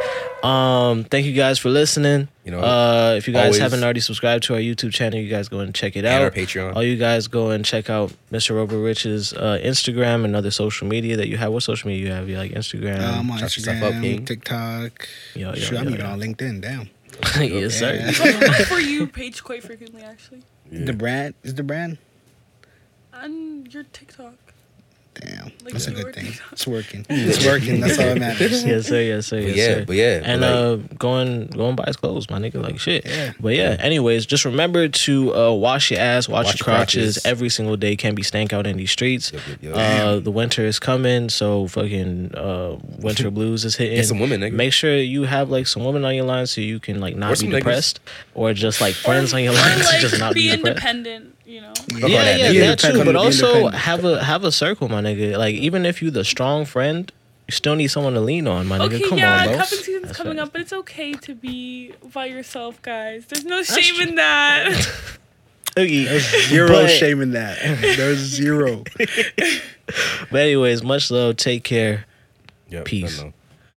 Speaker 1: um, thank you guys for listening.
Speaker 2: You know,
Speaker 1: uh, if you guys
Speaker 2: always-
Speaker 1: haven't already subscribed to our YouTube channel, you guys go and check it
Speaker 2: And
Speaker 1: out.
Speaker 2: our Patreon.
Speaker 1: All you guys go and check out Mr. Robert Rich's uh, Instagram and other social media that you have. What social media you have? You like Instagram?
Speaker 3: Uh, I'm on
Speaker 2: Shut yourself up,
Speaker 3: Instagram,
Speaker 2: King. Oh,
Speaker 3: TikTok.
Speaker 1: Yo, yo,
Speaker 3: Shoot,
Speaker 1: yo,
Speaker 3: I'm even
Speaker 1: yo.
Speaker 3: on LinkedIn. Damn.
Speaker 1: yes, sir.
Speaker 3: Yeah.
Speaker 4: for you page quite frequently actually.
Speaker 3: The brand is the brand.
Speaker 4: And your TikTok.
Speaker 3: Damn,
Speaker 4: Like
Speaker 3: that's a
Speaker 4: your
Speaker 3: good thing.
Speaker 4: TikTok.
Speaker 3: It's working. It's working. That's all that matters.
Speaker 1: yes, sir. Yes, sir. Yes,
Speaker 2: yeah,
Speaker 1: sir.
Speaker 2: but yeah, but
Speaker 1: and
Speaker 2: like-
Speaker 1: uh, going going buy his clothes, my nigga, like shit.
Speaker 3: Yeah.
Speaker 1: But yeah, anyways, just remember to uh, wash your ass, watch,
Speaker 2: Watch
Speaker 1: your
Speaker 2: your
Speaker 1: crotches.
Speaker 2: crotches.
Speaker 1: Every single day can be stank out in these streets.
Speaker 2: Yep, yep, yep.
Speaker 1: Uh, the winter is coming, so fucking uh, winter blues is hitting.
Speaker 2: Get some women, nigga.
Speaker 1: Make sure you have like some women on your line so you can like
Speaker 2: Or
Speaker 1: not be
Speaker 2: some niggas.
Speaker 1: depressed, or just like friends on your line
Speaker 4: Or
Speaker 1: to
Speaker 4: like
Speaker 1: just not
Speaker 4: be
Speaker 1: be depressed
Speaker 4: independent, you know.
Speaker 2: Fuck all
Speaker 1: yeah,
Speaker 2: that,
Speaker 1: yeah,
Speaker 2: nigga.
Speaker 1: that too.
Speaker 3: Independent,
Speaker 1: But also
Speaker 3: independent.
Speaker 1: have a have a circle, my nigga. Like even if you the strong friend, you still need someone to lean on, my nigga.
Speaker 4: Okay,
Speaker 1: Come
Speaker 4: yeah,
Speaker 1: on, bro.
Speaker 4: cupping season's
Speaker 1: That's
Speaker 4: coming
Speaker 1: facts.
Speaker 4: up, but it's okay to be by yourself, guys. There's no shame in that.
Speaker 1: Okay.
Speaker 3: Zero
Speaker 1: But-
Speaker 3: shame in that. There's zero.
Speaker 1: But anyways, much love. Take care.
Speaker 2: Yep, I
Speaker 1: Peace.
Speaker 2: know.